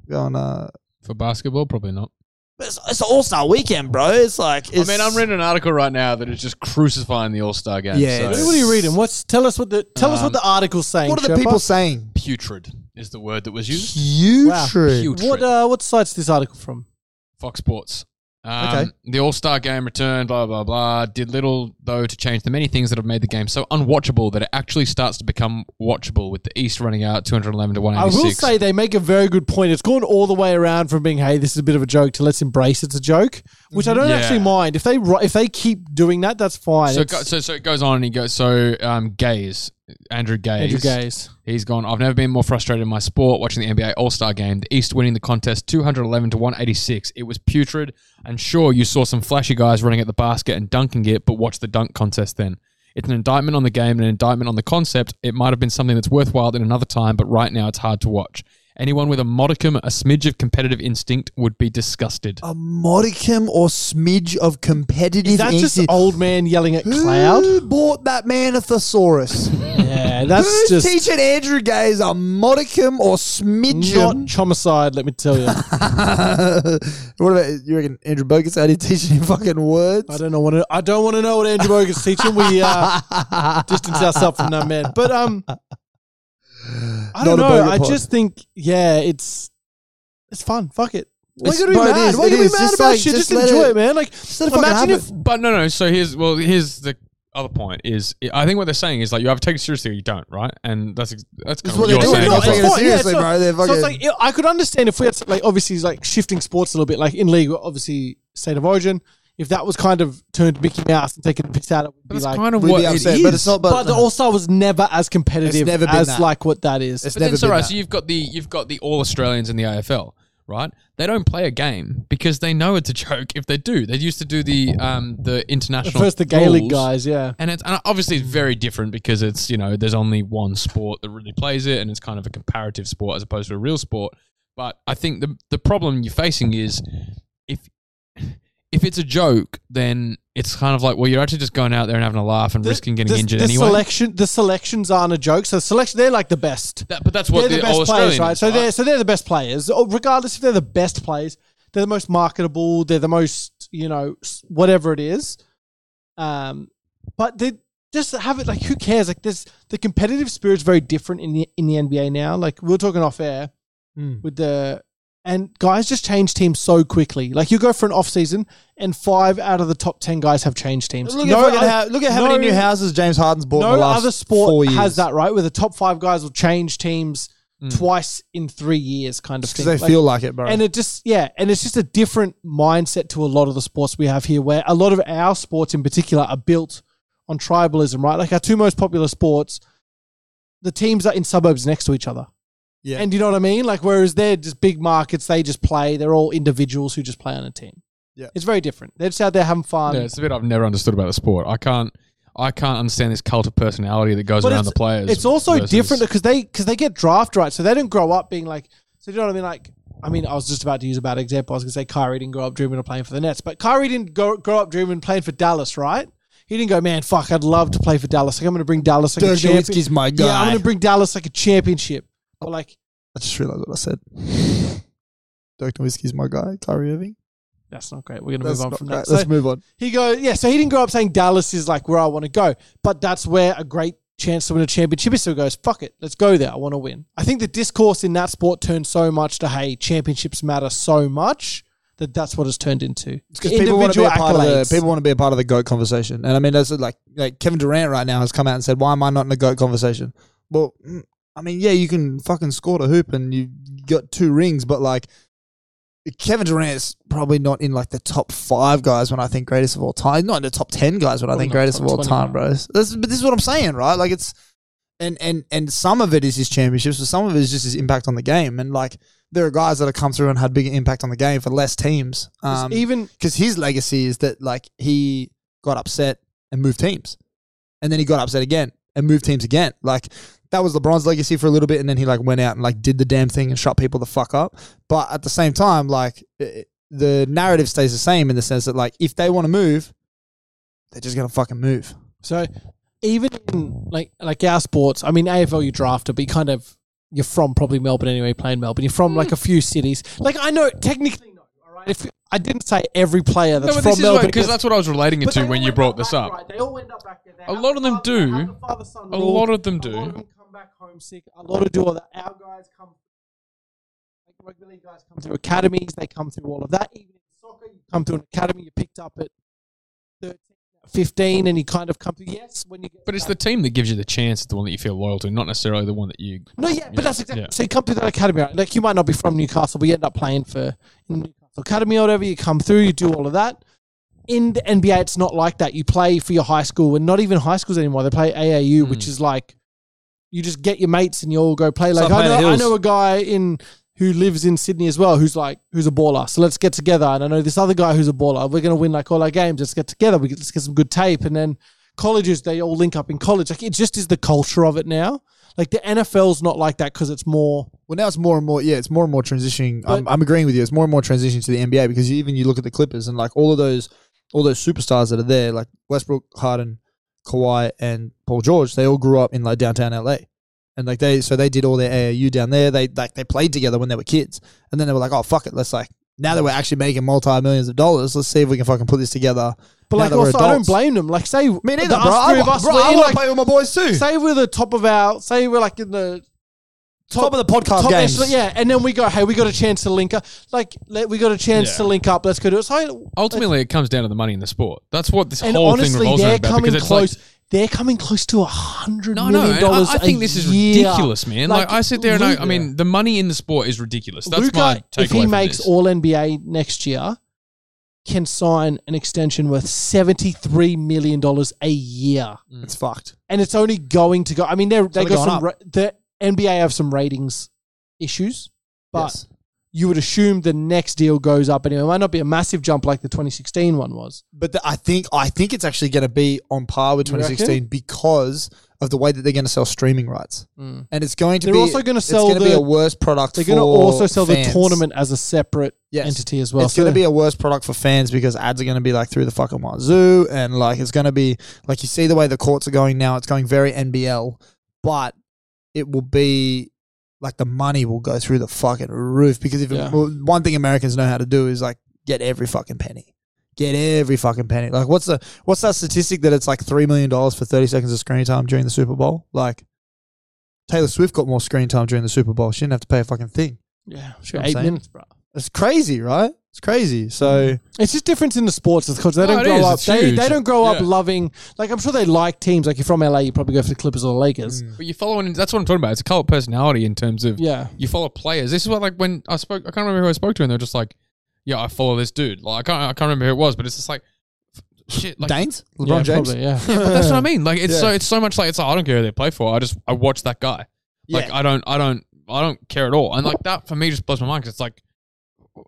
S1: Go on. Uh,
S7: For basketball, probably not.
S1: it's, it's All Star Weekend, bro. It's like it's,
S7: I mean, I'm reading an article right now that is just crucifying the All Star game.
S1: Yeah,
S7: so
S1: it's-
S8: What are you reading? What's tell us what the tell us
S7: Um,
S8: what the article's saying?
S1: What are the
S8: Sherpa.
S1: people saying?
S7: putrid is the word that was used.
S1: Huge.
S8: Wow.
S7: Putrid.
S8: What uh, what site's this article from?
S7: Fox Sports. Um,
S1: Okay.
S7: The All Star game returned, blah, blah, blah. Did little, though, to change the many things that have made the game so unwatchable that it actually starts to become watchable with the East running out 211 to
S8: I will
S7: 186.
S8: say they make a very good point. It's gone all the way around from being, "Hey, this is a bit of a joke," to "Let's embrace it's a joke," which I don't
S7: Mm-hmm. Yeah.
S8: actually mind. If they ri- if they keep doing that, that's fine.
S7: so, it
S8: It's
S7: go, so, so it goes on and he goes, so um, Gaze, Andrew Gaze.
S8: Andrew Gaze.
S7: He's gone, I've never been more frustrated in my sport watching the NBA All Star game. The East winning the contest 211 to 186. It was putrid. And sure, you saw some flashy guys running at the basket and dunking it, but watch the dunk contest then. It's an indictment on the game and an indictment on the concept. It might have been something that's worthwhile in another time, but right now it's hard to watch. Anyone with a modicum, a smidge of competitive instinct would be disgusted.
S1: A modicum or smidge of competitive.
S8: Is that just
S1: anxiety-
S8: old man yelling at
S1: Who
S8: cloud?
S1: bought that man a thesaurus?
S8: yeah, that's
S1: Who's
S8: just
S1: teaching Andrew Gaze a modicum or
S8: not
S1: smidgen?
S8: homicide. Let me tell you,
S1: what about you reckon Andrew Bogus out here teaching him fucking words?
S8: I don't know what I don't want to know what Andrew Bogan's teaching. We uh, distance ourselves from that man, but um, I don't
S1: Not a
S8: know.
S1: Bogut
S8: I
S1: pod.
S8: just think, yeah, it's it's fun. Fuck it. Why
S1: It's-
S8: you gotta
S1: bro,
S8: be
S1: it
S8: mad?
S1: is,
S8: Why
S1: it
S8: you gotta
S1: is.
S8: be mad
S1: Just
S8: about
S1: like-
S8: shit?
S1: just
S8: Just,
S1: let
S8: enjoy
S1: it-
S8: it, man. Like,
S1: let it fucking
S8: imagine if
S7: But no, no. So here's well, here's the other point is I think what they're saying is like you have to take it seriously or you don't, right? And that's ex- that's
S1: That's
S7: kind
S1: what
S7: of what,
S1: they're
S7: you're
S1: doing. They're
S7: saying. as well.
S1: taking it
S8: it's fine. Yeah,
S1: seriously,
S8: so-
S1: bro. They're
S8: So
S1: fucking-
S8: it's like yeah, I could understand if we had like obviously like shifting sports a little bit, like in league, obviously state of origin. If that was kind of turned Mickey Mouse and taken the piss out, it would be
S7: That's
S8: like.
S7: kind of
S1: We'd
S7: what
S1: be
S7: it
S1: upset,
S7: is.
S1: but it's not. But,
S8: but the All Star was never as competitive
S1: It's never been
S8: as
S1: that.
S8: like what that is.
S1: it's
S7: But then,
S1: never
S7: so,
S1: been
S7: right,
S1: that.
S7: so you've got the you've got the all Australians in the AFL, right? They don't play a game because they know it's a joke. If they do, they used to do the um the international
S8: First the Gaelic
S7: rules.
S8: guys, yeah.
S7: and it's and obviously it's very different because it's you know there's only one sport that really plays it, and it's kind of a comparative sport as opposed to a real sport. But I think the the problem you're facing is if if it's a joke, then it's kind of like well you're actually just going out there and having a laugh and risking getting
S8: the,
S7: injured
S8: the
S7: anyway.
S8: Selection, the selections aren't a joke. So selection, they're like the best.
S7: That- but that's what
S8: they're the,
S7: the,
S8: best
S7: all
S8: players,
S7: Australian
S8: right?
S7: is,
S8: So they're so they're the best players, Or regardless if they're the best players. They're the most marketable. They're the most you know s- whatever it is. Um, but they just have it like who cares? Like this, the competitive spirit's very different in the in the NBA now. Like we were talking off air
S1: Hmm.
S8: with the and guys just change teams so quickly. Like you go for an off season and five out of the top ten guys have changed teams.
S1: look,
S8: No
S1: at fucking
S8: oth-
S1: how, look at how
S8: no-
S1: many new houses James Harden's bought in
S8: no
S1: the last
S8: other
S1: four
S8: sport
S1: years.
S8: has that right where the top five guys will change teams twice in three years kind of
S1: because
S8: thing
S1: they
S8: Like-
S1: feel like it, bro.
S8: and it just yeah and it's just a different mindset to a lot of the sports we have here where a lot of our sports in particular are built on tribalism right like our two most popular sports the teams are in suburbs next to each other
S1: Yeah.
S8: and you know what i mean like whereas they're just big markets they just play they're all individuals who just play on a team
S1: Yeah.
S8: it's very different they're just out there having fun
S7: Yeah, it's a bit I've never understood about the sport. I can't I can't understand this cult of personality that goes
S8: But
S7: around
S8: it's-
S7: the players.
S8: It's also
S7: versus-
S8: different because they because they get draft right, so they don't grow up being like So do you know what I mean? Like, I mean, I was just about to use a bad example. I was going to say Kyrie didn't grow up dreaming of playing for the Nets, but Kyrie didn't go, grow up dreaming of playing for Dallas, right? He didn't go, man, fuck, I'd love to play for Dallas. Like, I'm going to bring Dallas like
S1: Dirk
S8: a championship.
S1: Nowitzki's my
S8: Yeah,
S1: guy.
S8: I'm going to bring Dallas like a championship. But like,
S1: I just realized what I said. Dirk Nowitzki's my guy. Kyrie Irving.
S8: that's not great. We're going to
S1: That's
S8: move on
S1: not
S8: from
S1: great.
S8: that.
S1: Let's
S8: So-
S1: move on.
S8: He goes, yeah. So he didn't grow up saying Dallas is like where I want to go, but that's where a great chance to win a championship is. So he goes, fuck it, let's go there. I want to win. I think the discourse in that sport turned so much to hey, championships matter so much that that's what it's turned into.
S1: because people want to be a part of the people want to be a part of the goat conversation. And I mean, that's like like Kevin Durant right now has come out and said, "Why am I not in the goat conversation?" Well, mm, I mean, yeah, you can fucking score a hoop and you got two rings, but like Kevin Durant's probably not in like the top five guys when I think greatest of all time. Not in the top ten guys when I think
S8: not
S1: greatest
S8: top
S1: of all
S8: 20.
S1: time, bro. This, but this is what I'm saying, right? Like it's and and and some of it is his championships, but some of it is just his impact on the game. And like there are guys that have come through and had bigger impact on the game for less teams. Um,
S8: even
S1: because his legacy is that like he got upset and moved teams, and then he got upset again and moved teams again. Like that was LeBron's legacy for a little bit, and then he like went out and like did the damn thing and shut people the fuck up. But at the same time, like it, the narrative stays the same in the sense that like if they want to move, they're just gonna fucking move.
S8: so, even in like like our sports. I mean, AFL you drafted, but you kind of you're from probably Melbourne anyway. you Play in Melbourne, you're from like a few cities. Like I know technically, no. All right, if I didn't say every player that's
S7: No, but
S8: from
S7: this is
S8: Melbourne
S7: because that's what I was relating it
S8: But
S7: to
S8: they
S7: when
S8: all
S7: you
S8: went
S7: brought
S8: back,
S7: this up.
S8: right? They all end up back there. They
S7: A
S8: have
S7: lot
S8: the
S7: of them
S8: father- they
S7: do.
S8: have the father-son
S7: A
S8: rule.
S7: lot of them
S8: A lot
S7: do.
S8: of them come back homesick. A lot of do all that. Our guys come, like rugby league guys come through academies. They come through all of that. Even in soccer, you come through an academy. You picked up at 13, 15, and you kind of come through. Yes, when you get
S7: But it's
S8: back-
S7: the team that gives you the chance, the one that you feel loyal to, not necessarily the one that you.
S8: No, yeah, but that's exactly.
S7: yeah.
S8: So you come through that academy, right? Like you might not be from Newcastle, but you end up playing for in Newcastle academy or whatever. You come through, you do all of that. In the NBA, it's not like that. You play for your high school, and not even high schools anymore. They play AAU, which is like you just get your mates and you all go play. Like
S1: like
S8: I
S1: playing
S8: know,
S1: the
S8: I
S1: hills.
S8: know a guy in who lives in Sydney as well, who's like who's a baller. So let's get together. And I know this other guy who's a baller. We're gonna win like all our games. Let's get together. We let's get some good tape, and then colleges they all link up in college. Like it just is the culture of it now. Like the NFL's not like that because it's more
S1: Well, now it's more and more. Yeah, it's more and more transitioning. I'm,
S8: But-
S1: I'm agreeing with you. It's more and more transitioning to the NBA because even you look at the Clippers and like all of those, all those superstars that are there, like Westbrook, Harden, Kawhi, and Paul George. They all grew up in like downtown LA, and like they so they did all their AAU down there. They like they played together when they were kids, and then they were like, oh fuck it, let's like now that we're actually making multi millions of dollars, let's see if we can fucking put this together.
S8: But
S1: now
S8: like
S1: that we're
S8: also I don't
S1: adults."
S8: blame them. Like say
S1: Me neither,
S8: the
S1: bro.
S8: us
S1: I,
S8: three of
S1: wa-
S8: us
S1: bro,
S8: were
S1: I
S8: in,
S1: want
S8: like-
S1: to play with my boys too.
S8: say we're the top of our say we're like in the
S1: Top of the podcast games.
S8: echelon, yeah and then we go hey we got a chance to link up like let, we got a chance
S7: Yeah.
S8: to link up let's go do it so
S7: Ultimately, it comes down to the money in the sport. That's what this
S8: and
S7: whole thing
S8: honestly
S7: revolves
S8: they're
S7: around. about,
S8: coming
S7: because it's like-
S8: close they're coming close to a hundred
S7: No,
S8: million
S7: no, and
S8: dollars
S7: I, I think
S8: a
S7: this is
S8: year.
S7: ridiculous, man. Like, I sit there and I, I
S8: Luka-
S7: mean, the money in the sport is ridiculous. That's
S8: Luka,
S7: my takeaway.
S8: if he
S7: from
S8: makes
S7: this.
S8: all NBA next year can sign an extension worth seventy three million dollars a year.
S1: It's fucked.
S8: and it's only going to go. I mean, they're, they
S1: only
S8: got
S1: going
S8: some.
S1: up.
S8: Ra- the NBA have some ratings issues, but
S1: Yes.
S8: you would assume the next deal goes up anyway. It might not be a massive jump like the 2016 one was.
S1: But the, I think I think it's actually going to be on par with
S8: You reckon?
S1: 2016 because of the way that they're going to sell streaming rights, and it's going to
S8: Mm. They're
S1: be
S8: also gonna
S1: it's
S8: sell
S1: gonna be
S8: the-
S1: a worse product.
S8: They're going to
S1: for
S8: also sell the
S1: fans.
S8: tournament as a separate
S1: Yes.
S8: entity as well.
S1: It's going to be a worse product for fans because ads are going to be like through the fucking wazoo, and like it's going to be like you see the way the courts are going now. It's going very NBL, but it will be like the money will go through the fucking roof because if
S8: Yeah.
S1: well, one thing Americans know how to do is like get every fucking penny. Get every fucking penny. Like, what's the what's that statistic that it's like three million dollars for thirty seconds of screen time during the Super Bowl? Like, Taylor Swift got more screen time during the Super Bowl. She didn't have to pay a fucking thing.
S8: yeah,
S1: what I'm
S8: eight
S1: saying.
S8: minutes, bro.
S1: It's crazy, right? It's crazy. So
S8: It's just difference in the sports because they
S7: No,
S8: don't
S7: it
S8: grow
S7: is.
S8: up.
S7: It's
S8: They,
S7: huge.
S8: they don't grow up
S7: Yeah.
S8: loving. Like I'm sure they like teams. Like you're from LA, you probably go for the Clippers or the Lakers.
S1: Mm.
S7: But you follow, and that's what I'm talking about. It's a cult personality in terms of
S8: Yeah.
S7: You follow players. This is what like when I spoke. I can't remember who I spoke to, and they're just like, "Yeah, I follow this dude." Like I can't, I can't remember who it was, but it's just like, f- shit. Like
S1: Danes, LeBron
S8: yeah,
S1: James.
S8: probably, yeah.
S7: but that's what I mean. Like it's
S1: Yeah.
S7: so it's so much like it's. Like, I don't care who they play for. I just I watch that guy. Like
S1: Yeah.
S7: I don't I don't I don't care at all. And like that for me just blows my mind 'cause it's like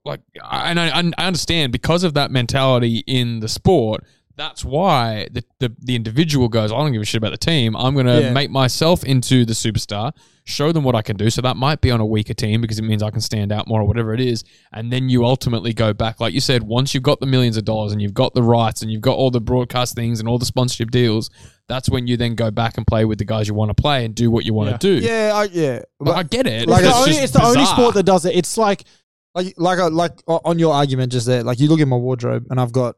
S7: like I and I, I understand because of that mentality in the sport That's why the, the, the individual goes, I don't give a shit about the team. I'm going to
S8: Yeah.
S7: make myself into the superstar, show them what I can do. So that might be on a weaker team because it means I can stand out more or whatever it is. And then you ultimately go back. Like you said, once you've got the millions of dollars and you've got the rights and you've got all the broadcast things and all the sponsorship deals, that's when you then go back and play with the guys you want to play and do what you want to do.
S1: Yeah, I, yeah.
S7: Like, I get it.
S1: Like,
S7: but
S1: it's
S8: the only,
S7: just
S8: it's the only
S7: bizarre.
S8: sport that does it. It's like
S1: like like I- like o- on your argument just there. Like you look at my wardrobe, and I've got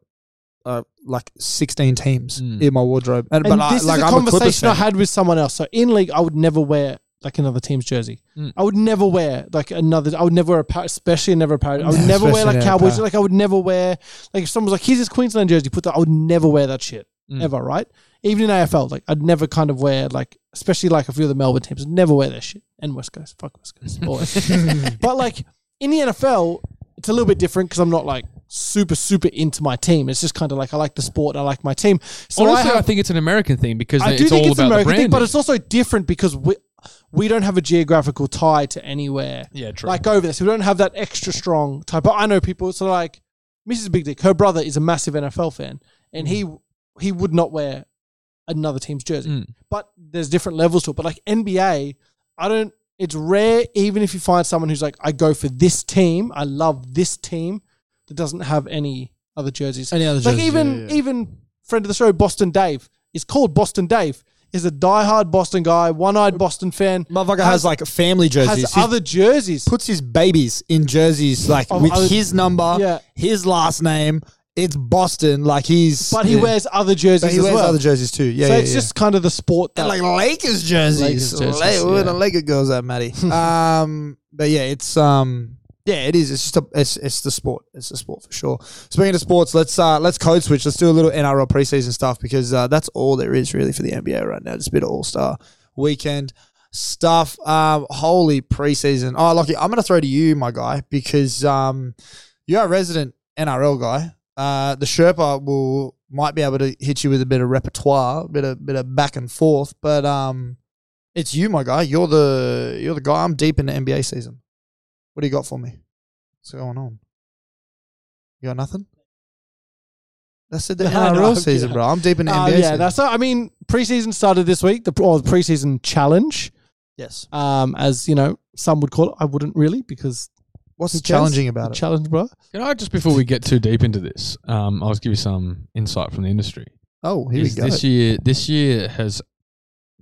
S1: uh, like sixteen teams
S7: Mm.
S1: in my wardrobe, and,
S8: and
S1: but
S8: this
S1: I, like
S8: is a
S1: I'm
S8: conversation I
S1: a Clippers fan.
S8: had with someone else. So in league, I would never wear like another team's jersey.
S7: Mm.
S8: I would never wear like another. I would never wear a par- especially never a parody. I would
S1: Yeah,
S8: never wear
S1: especially
S8: like
S1: never a
S8: Cowboys.
S1: par-
S8: Like I would never wear like if someone was like, "Here's his Queensland jersey," put that. I would never wear that shit
S7: Mm.
S8: ever. Right? Even in AFL, like I'd never kind of wear like especially like a few of the Melbourne teams. I'd never wear their shit. And West Coast, fuck West Coast, always. but like in the NFL, it's a little bit different because I'm not like super super into my team. It's just kind of like I like the sport, and I like my team. So I
S7: Honestly, I,
S8: have
S7: think it's an American thing because
S8: I
S7: it's
S8: do
S7: all
S8: think it's
S7: about
S8: an American
S7: the
S8: thing,
S7: brand.
S8: but it's also different because we we don't have a geographical tie to anywhere.
S7: yeah, true.
S8: Like over there, so we don't have that extra strong tie. But I know people. So like Mrs. Big Dick, her brother is a massive NFL fan,
S7: Mm.
S8: and he he would not wear another team's jersey.
S7: Mm.
S8: But there's different levels to it. But like NBA, I don't. It's rare, even if you find someone who's like, I go for this team, I love this team, that doesn't have any other jerseys.
S6: Any other
S8: like
S6: jerseys,
S8: even
S6: yeah, yeah, yeah.
S8: even friend of the show, Boston Dave, is called Boston Dave. Is a diehard Boston guy, one-eyed Boston fan.
S1: Motherfucker has, like family
S8: has
S1: jerseys. He
S8: other jerseys.
S1: puts his babies in jerseys like
S8: Oh,
S1: with
S8: I was-
S1: his number,
S8: Yeah.
S1: his last name. It's Boston. Like he's
S8: but he
S1: yeah.
S8: wears other jerseys
S1: But he
S8: as
S1: wears
S8: well.
S1: other jerseys too. Yeah,
S8: so
S1: yeah,
S8: it's
S1: yeah.
S8: just kind of the sport that
S1: And like "Oh, Lakers jerseys.
S8: Lakers jerseys,
S1: La- where
S8: yeah.
S1: the Laker girls at, Matty. um, but yeah, it's um, yeah, it is. It's just a, it's it's the sport. It's the sport for sure. Speaking of sports, let's uh let's code switch. Let's do a little NRL preseason stuff because uh, that's all there is really for the NBA right now. Just a bit of All Star weekend stuff. Um, holy preseason. Oh, lucky. I'm gonna throw to you, my guy, because um, you're a resident NRL guy. Uh, the Sherpa will might be able to hit you with a bit of repertoire, a bit of bit of back and forth. But um, it's you, my guy. You're the you're the guy. I'm deep into NBA season. What do you got for me? What's going on? You got nothing? That's it. The
S8: No, no,
S1: NRL
S8: I'm
S1: season,
S8: kidding.
S1: bro. I'm deep into
S8: Uh,
S1: NBA
S8: yeah,
S1: season.
S8: that's so. I mean, preseason started this week. The or the preseason challenge,
S1: yes.
S8: um, as you know, some would call it. I wouldn't really because
S1: What's
S8: who cares?
S1: challenging about it?
S8: Challenge, bro.
S7: Can I just before we get too deep into this, um, I'll just give you some insight from the industry.
S1: oh, here we
S7: Is
S1: go.
S7: This year, this year has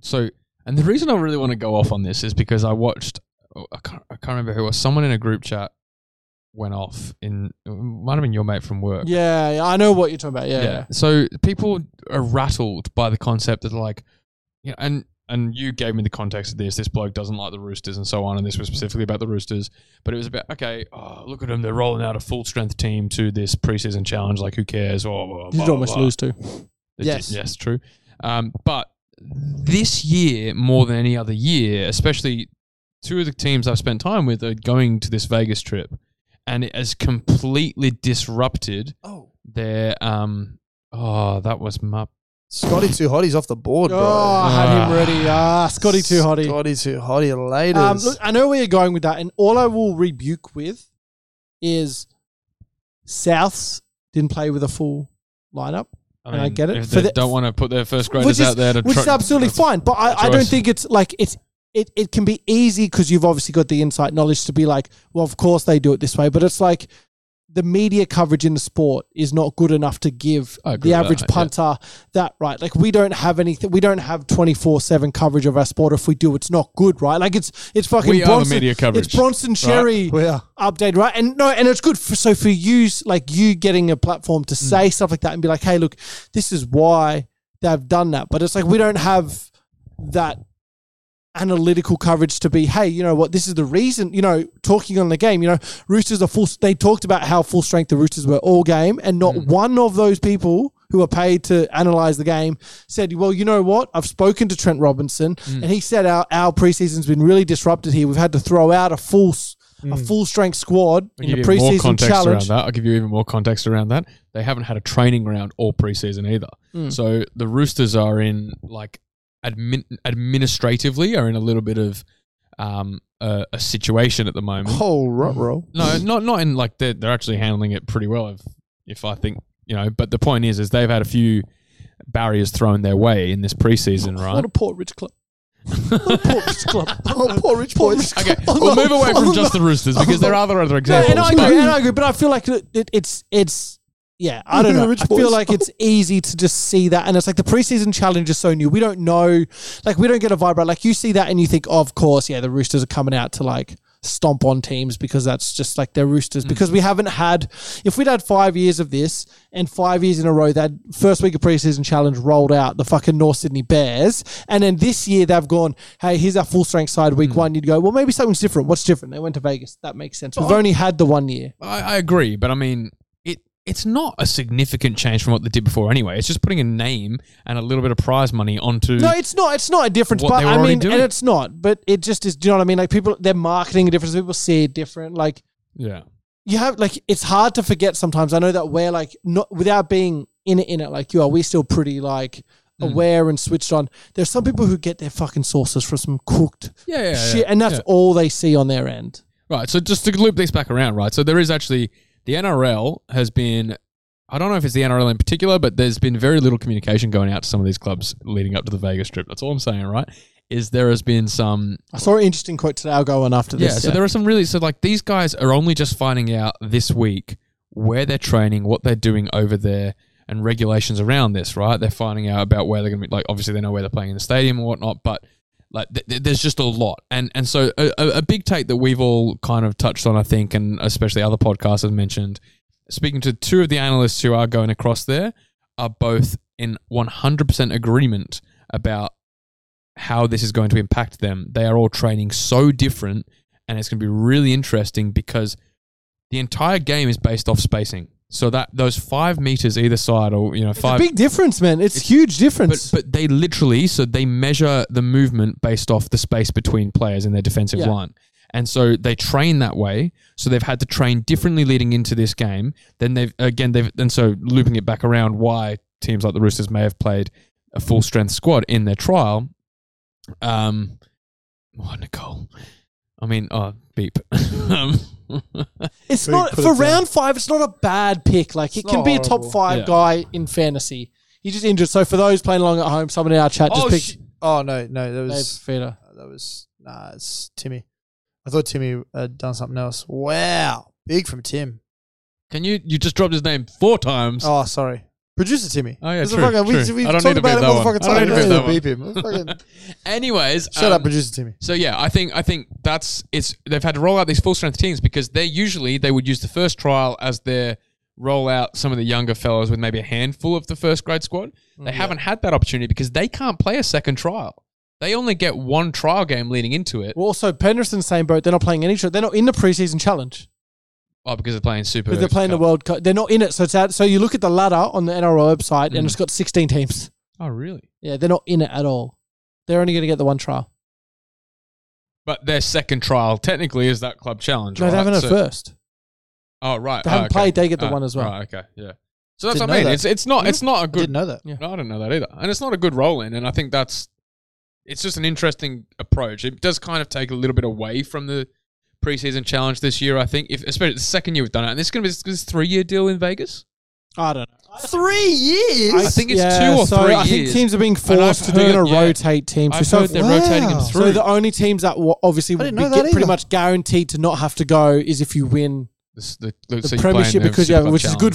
S7: so, and the reason I really want to go off on this is because I watched. oh, I can't, I can't remember who it was. Someone in a group chat went off. In it might have been your mate from work.
S8: Yeah, yeah, I know what you're talking about. Yeah, yeah.
S7: So people are rattled by the concept that like, you know, and and you gave me the context of this. This bloke doesn't like the Roosters and so on, and this was specifically about the Roosters. But it was about okay, oh, look at them. They're rolling out a full strength team to this preseason challenge. Like who cares? Or blah,
S8: Did
S7: blah,
S8: you almost
S7: blah.
S8: lose too?
S7: They
S1: Yes.
S7: did- yes, true. Um, but this year, more than any other year, especially two of the teams I've spent time with are going to this Vegas trip, and it has completely disrupted
S1: oh,
S7: their um. Oh, that was my.
S1: Scotty too hot. He's off the board, bro.
S8: Oh, I had him
S7: Ah.
S8: ready. Ah, Scotty too hotty.
S1: Scotty too hotty. Later.
S8: Um, look, I know where you're going with that, and all I will rebuke with is Souths didn't play with a full lineup. And I get it.
S7: If
S8: For
S7: they
S8: the-
S7: don't want to put their first
S8: Which
S7: graders
S8: is-
S7: out there to
S8: which
S7: try-
S8: is absolutely
S7: that's-
S8: fine. But I, I don't
S7: choice.
S8: think it's like it's it, it can be easy because you've obviously got the inside knowledge to be like, well, of course they do it this way. But it's like the media coverage in the sport is not good enough to give
S7: I agree
S8: the
S7: with
S8: average
S7: that, yeah.
S8: punter that right. Like we don't have anything. We don't have twenty four seven coverage of our sport. If we do, it's not good, right? Like it's it's fucking
S7: We are the
S8: Bronson,
S7: media coverage,
S8: It's Bronson Sherry
S1: We are.
S8: update, right? And no, and it's good. For, so for you, like you getting a platform to say stuff like that and be like, hey, look, this is why they've done that. But it's like we don't have that analytical coverage to be, hey, you know what, this is the reason, you know, talking on the game, you know, Roosters are full, they talked about how full strength the Roosters were all game, and not
S7: Mm-hmm.
S8: one of those people who are paid to analyze the game said, well, you know what, I've spoken to Trent Robinson,
S7: Mm.
S8: and he said our, our preseason's been really disrupted here. We've had to throw out a full, s- a full strength squad in
S7: Mm. I'll
S8: the
S7: give you more
S8: preseason
S7: context
S8: challenge.
S7: around that. I'll give you even more context around that. They haven't had a training round all preseason either.
S8: Hmm.
S7: So the Roosters are in like admin administratively are in a little bit of um a, a situation at the moment.
S1: Oh, roll.
S8: Mm-hmm.
S7: No, not not in like they're they're actually handling it pretty well. If if I think you know, but the point is, is they've had a few barriers thrown their way in this preseason, right?
S8: What a poor rich club. What a poor rich club.
S1: Oh, poor rich boys.
S7: Okay, we'll move away from just the Roosters because there are other other
S8: No,
S7: examples.
S8: and I
S7: but-
S8: agree, and I agree, but I feel like it, it, it's it's yeah, I don't know.
S1: Rich
S8: I
S1: boys.
S8: feel like it's easy to just see that, and it's like the preseason challenge is so new. We don't know, like we don't get a vibe right. Like you see that, and you think, of course, yeah, the Roosters are coming out to like stomp on teams because that's just like they're Roosters.
S1: Mm.
S8: Because we haven't had, if we'd had five years of this and five years in a row, that first week of preseason challenge rolled out the fucking North Sydney Bears, and then this year they've gone, hey, here's our full strength side
S1: Mm.
S8: week one. You'd go, well, maybe something's different. What's different? They went to Vegas. That makes sense. We've only had the one year.
S7: I, I agree, but I mean, it it's not a significant change from what they did before anyway. It's just putting a name and a little bit of prize money onto.
S8: No, it's not. It's not a difference.
S7: What
S8: but
S7: they were
S8: I
S7: already
S8: mean,
S7: doing.
S8: and it's not. But it just is. Do you know what I mean? Like people, they're marketing a difference. People see it different. Like
S7: yeah,
S8: you have, like it's hard to forget sometimes. I know that we're like not without being in it, in it. Like you are, we still pretty like
S7: Mm.
S8: aware and switched on. There's some people who get their fucking sources from some cooked
S7: Yeah, yeah,
S8: shit,
S7: yeah,
S8: and that's
S7: yeah.
S8: all they see on their end.
S7: right. So just to loop this back around, right? So there is actually the NRL has been. I don't know if it's the NRL in particular, but there's been very little communication going out to some of these clubs leading up to the Vegas trip. That's all I'm saying, right? Is there has been some
S8: I saw an interesting quote today. I'll go on after
S7: Yeah,
S8: this.
S7: so there are some really so like these guys are only just finding out this week where they're training, what they're doing over there, and regulations around this. Right, they're finding out about where they're going to be. Like obviously they know where they're playing in the stadium and whatnot, but like th- th- there's just a lot, and and so a, a a big take that we've all kind of touched on, I think, and especially other podcasts have mentioned. Speaking to two of the analysts who are going across there, are both in 100% agreement about how this is going to impact them. They are all training so different, and it's going to be really interesting because the entire game is based off spacing. So that those five meters either side, or you know, five
S8: big difference, man. It's, huge
S7: but
S8: difference.
S7: but they literally so they measure the movement based off the space between players in their defensive
S8: Yeah.
S7: line. And so they train that way. So they've had to train differently leading into this game. Then they've again they've and so looping it back around why teams like the Roosters may have played a full strength squad in their trial. Um oh, Nicole. I mean, oh beep. um,
S8: It's not for round five. It's not a bad pick. Like it can be a top five
S7: Yeah.
S8: guy in fantasy. He just injured. So for those playing along at home, someone in our chat just
S1: Oh,
S8: picked
S1: sh- oh no, no, that
S8: Dave
S1: was
S8: Feder.
S1: Uh, that was nah, it's Timmy. I thought Timmy had done something else. Wow, big from Tim.
S7: can you you just dropped his name four times?
S1: Oh, sorry. Producer Timmy.
S7: Oh, yeah,
S1: There's a
S7: true,
S1: fucking-
S7: true. I don't
S1: talked
S7: need to
S1: about
S7: beep
S1: it
S7: that
S1: all the
S7: one.
S1: fucking
S7: I don't
S1: time.
S7: need to beep that one.
S1: beep him. Fucking-
S7: Anyways,
S1: Shut up,
S7: um,
S1: producer Timmy.
S7: So yeah, I think I think that's it's they've had to roll out these full strength teams because they usually they would use the first trial as their roll out some of the younger fellows with maybe a handful of the first grade squad.
S8: Mm,
S7: They haven't had that opportunity because they can't play a second trial. They only get one trial game leading into it.
S8: Well, also Penrith's in the same boat. They're not playing any. tr- They're not in the preseason challenge.
S7: Oh, because they're playing super.
S8: But they're playing the
S7: Cup.
S8: World Cup. They're not in it. So it's out. So you look at the ladder on the NRL website,
S7: Mm.
S8: and it's got 16 teams.
S7: Oh, really?
S8: Yeah, they're not in it at all. They're only going to get the one trial.
S7: But their second trial technically is that club challenge.
S8: No,
S7: right?
S8: they haven't
S7: So-
S8: at first.
S7: Oh, right.
S8: They
S7: Oh,
S8: haven't
S7: okay.
S8: played, they get the
S7: Ah,
S8: one as well.
S7: Right. Okay. Yeah. So that's
S1: Didn't
S7: what I
S1: know
S7: mean.
S1: that.
S7: It's it's not
S8: Hmm?
S7: it's not a
S1: I
S7: good
S1: didn't know that.
S7: No, I didn't know that either. And it's not a good roll in. And I think that's it's just an interesting approach. It does kind of take a little bit away from the preseason challenge this year. I think, if especially the second year we've done it, and this is going to be this, this three year deal in Vegas.
S8: I don't know.
S1: Three years.
S7: I think it's two or
S8: so
S7: three
S8: I think
S7: years.
S8: teams are being
S7: And I've
S8: forced to they're
S7: heard-
S8: going to
S7: yeah.
S8: rotate teams.
S7: I've
S8: So
S7: heard they're rotating them
S1: Wow.
S7: through.
S8: Oh, So the only teams that will obviously would
S1: didn't
S8: be
S1: know
S8: get
S1: that
S8: pretty
S1: either.
S8: much guaranteed to not have to go is if you win
S7: This- the, the,
S8: the
S7: so you play in
S8: premiership
S7: the
S8: because you
S7: Super
S8: have,
S7: Cup
S8: which is good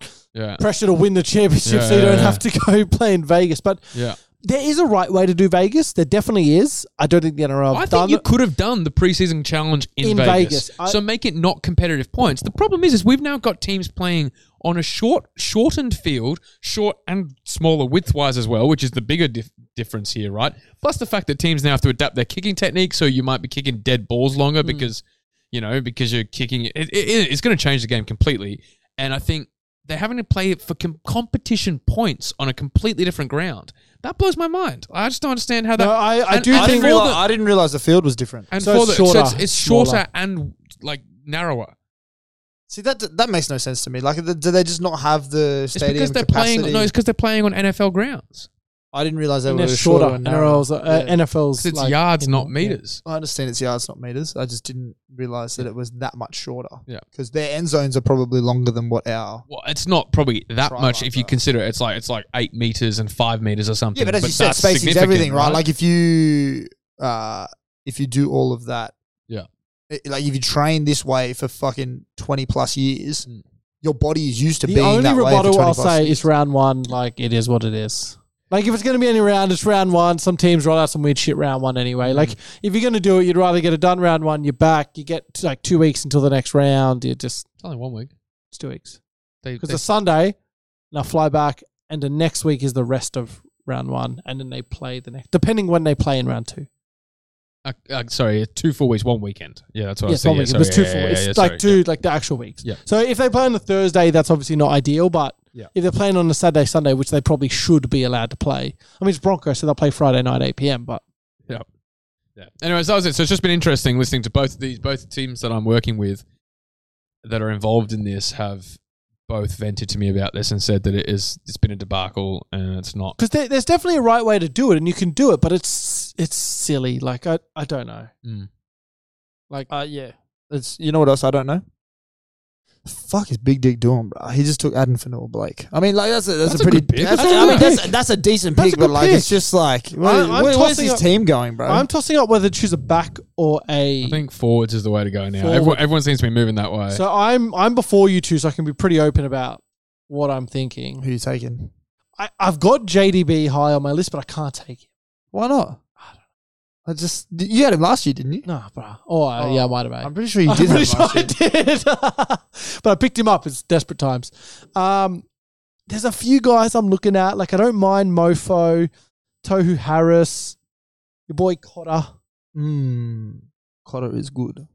S8: fucking
S7: yeah,
S8: pressure to win the championship,
S7: Yeah,
S8: so you
S7: yeah,
S8: don't
S7: yeah.
S8: have to go play in Vegas. But
S7: yeah.
S8: there is a right way to do Vegas. There definitely is. I don't think the NRL
S7: I
S8: have
S7: think
S8: done
S7: you
S8: it.
S7: could have done the preseason challenge in,
S8: In
S7: Vegas.
S8: Vegas. I-
S7: so make it not competitive points. The problem is, is we've now got teams playing on a short, shortened field, short and smaller width-wise as well, which is the bigger dif- difference here, right? Plus the fact that teams now have to adapt their kicking technique, so you might be kicking dead balls longer
S8: Hmm.
S7: because you know because you're kicking. It, it, it- it's going to change the game completely, and I think. They're having to play it for com- competition points on a completely different ground. That blows my mind. I just don't understand how that.
S8: No, I- I
S7: and-
S8: do
S7: and
S1: I didn't,
S7: for
S1: realize,
S7: the-
S1: I didn't realize the field was different.
S7: and
S8: So
S7: for
S8: it's
S7: the,
S8: shorter,
S7: so it's, it's shorter
S8: smaller.
S7: and like narrower.
S1: See that that makes no sense to me. Like, th- do they just not have the
S7: It's
S1: stadium
S7: because they're
S1: capacity?
S7: playing. No, it's because they're playing on NFL grounds.
S1: I didn't realize they
S8: And
S1: were
S8: they're
S1: shorter.
S8: shorter.
S1: and narrower.
S8: NRL's, uh,
S1: Yeah.
S8: NFL's
S7: it's
S8: like-
S7: yards, not
S8: yeah.
S7: meters.
S1: I understand it's yards, not meters. I just didn't realize that it was that much shorter.
S7: Yeah.
S1: because their end zones are probably longer than what our.
S7: Well, it's not probably that
S1: Try
S7: much
S1: like
S7: if you
S1: that.
S7: consider it. it's like it's like eight meters and five meters or something.
S1: Yeah, but as you said,
S7: that's
S1: spacing's
S7: significant,
S1: everything, right? Like if you, uh, if you do all of that,
S7: Yeah.
S1: it- like if you train this way for fucking twenty plus years,
S7: Mm.
S1: your body is used to
S8: Hmm. The
S1: being
S8: only
S1: that way. For 20
S8: rebuttal I'll
S1: plus
S8: say
S1: years.
S8: is round one. Like it is what it is. Like if it's going to be any round, it's round one. Some teams roll out some weird shit round one
S1: Mm.
S8: anyway. Like if you're going to do it, you'd rather get it done round one. You're back. You get like two weeks until the next round. You just
S7: it's only one week.
S8: it's two weeks
S7: They,
S8: because
S7: they-
S8: it's Sunday. And I fly back, and the next week is the rest of round one, and then they play the next. Depending when they play in round two.
S7: uh, uh, sorry, two four weeks, one weekend. Yeah, that's what
S8: Yes,
S7: I
S8: one week.
S7: was saying.
S8: It was two.
S7: yeah,
S8: full-
S7: sorry, yeah, yeah,
S8: it's
S7: yeah,
S8: like
S7: sorry,
S8: two,
S7: yeah.
S8: like the actual weeks.
S7: Yeah.
S8: So if they play on the Thursday, that's obviously not ideal. But
S7: Yeah.
S8: if they're playing on a Saturday, Sunday, which they probably should be allowed to play. I mean, it's Broncos, so they'll play Friday night eight pm. But
S7: Yeah. Anyways, that was it. So it's just been interesting listening to both of these both teams that I'm working with that are involved in this have both vented to me about this and said that it is it's been a debacle and it's not
S8: because there, there's definitely a right way to do it, and you can do it, but it's it's silly. Like I I don't know.
S7: Mm.
S8: Like uh, yeah,
S1: It's you know what else I don't know. Fuck is Big Dick doing, bro? He just took Adam Fanua Blake. I mean, like that's a, that's,
S7: That's
S1: a
S7: a
S1: pretty
S7: good pick.
S1: That's,
S8: That's a
S1: I mean,
S8: good
S1: that's,
S8: pick.
S1: that's a decent
S8: That's
S1: pick,
S8: a
S1: but
S8: good
S1: like it's
S8: pick.
S1: just like where,
S8: I'm- I'm
S1: where- where's
S8: tossing
S1: his
S8: up-
S1: team going, bro?
S8: I'm tossing up whether to choose a back or a.
S7: I think forwards is the way to go now.
S8: Forward.
S7: Everyone, everyone seems to be moving that way.
S8: so I'm I'm before you two, so I can be pretty open about what I'm thinking.
S1: Who you taking?
S8: I, I've got JDB high on my list, but I can't take it.
S1: Why not? I just you had him last year, didn't you?
S8: Nah, bruh. Oh, uh,
S1: Oh,
S8: yeah, I might have. eh?
S1: I'm pretty sure you
S8: I'm
S1: did.
S8: pretty
S1: have
S8: sure
S1: last
S8: I
S1: year.
S8: did. but I picked him up. It's desperate times. Um, there's a few guys I'm looking at. Like, I don't mind Mofo, Tohu Harris, your boy Cotter.
S1: Mm, Cotter is good.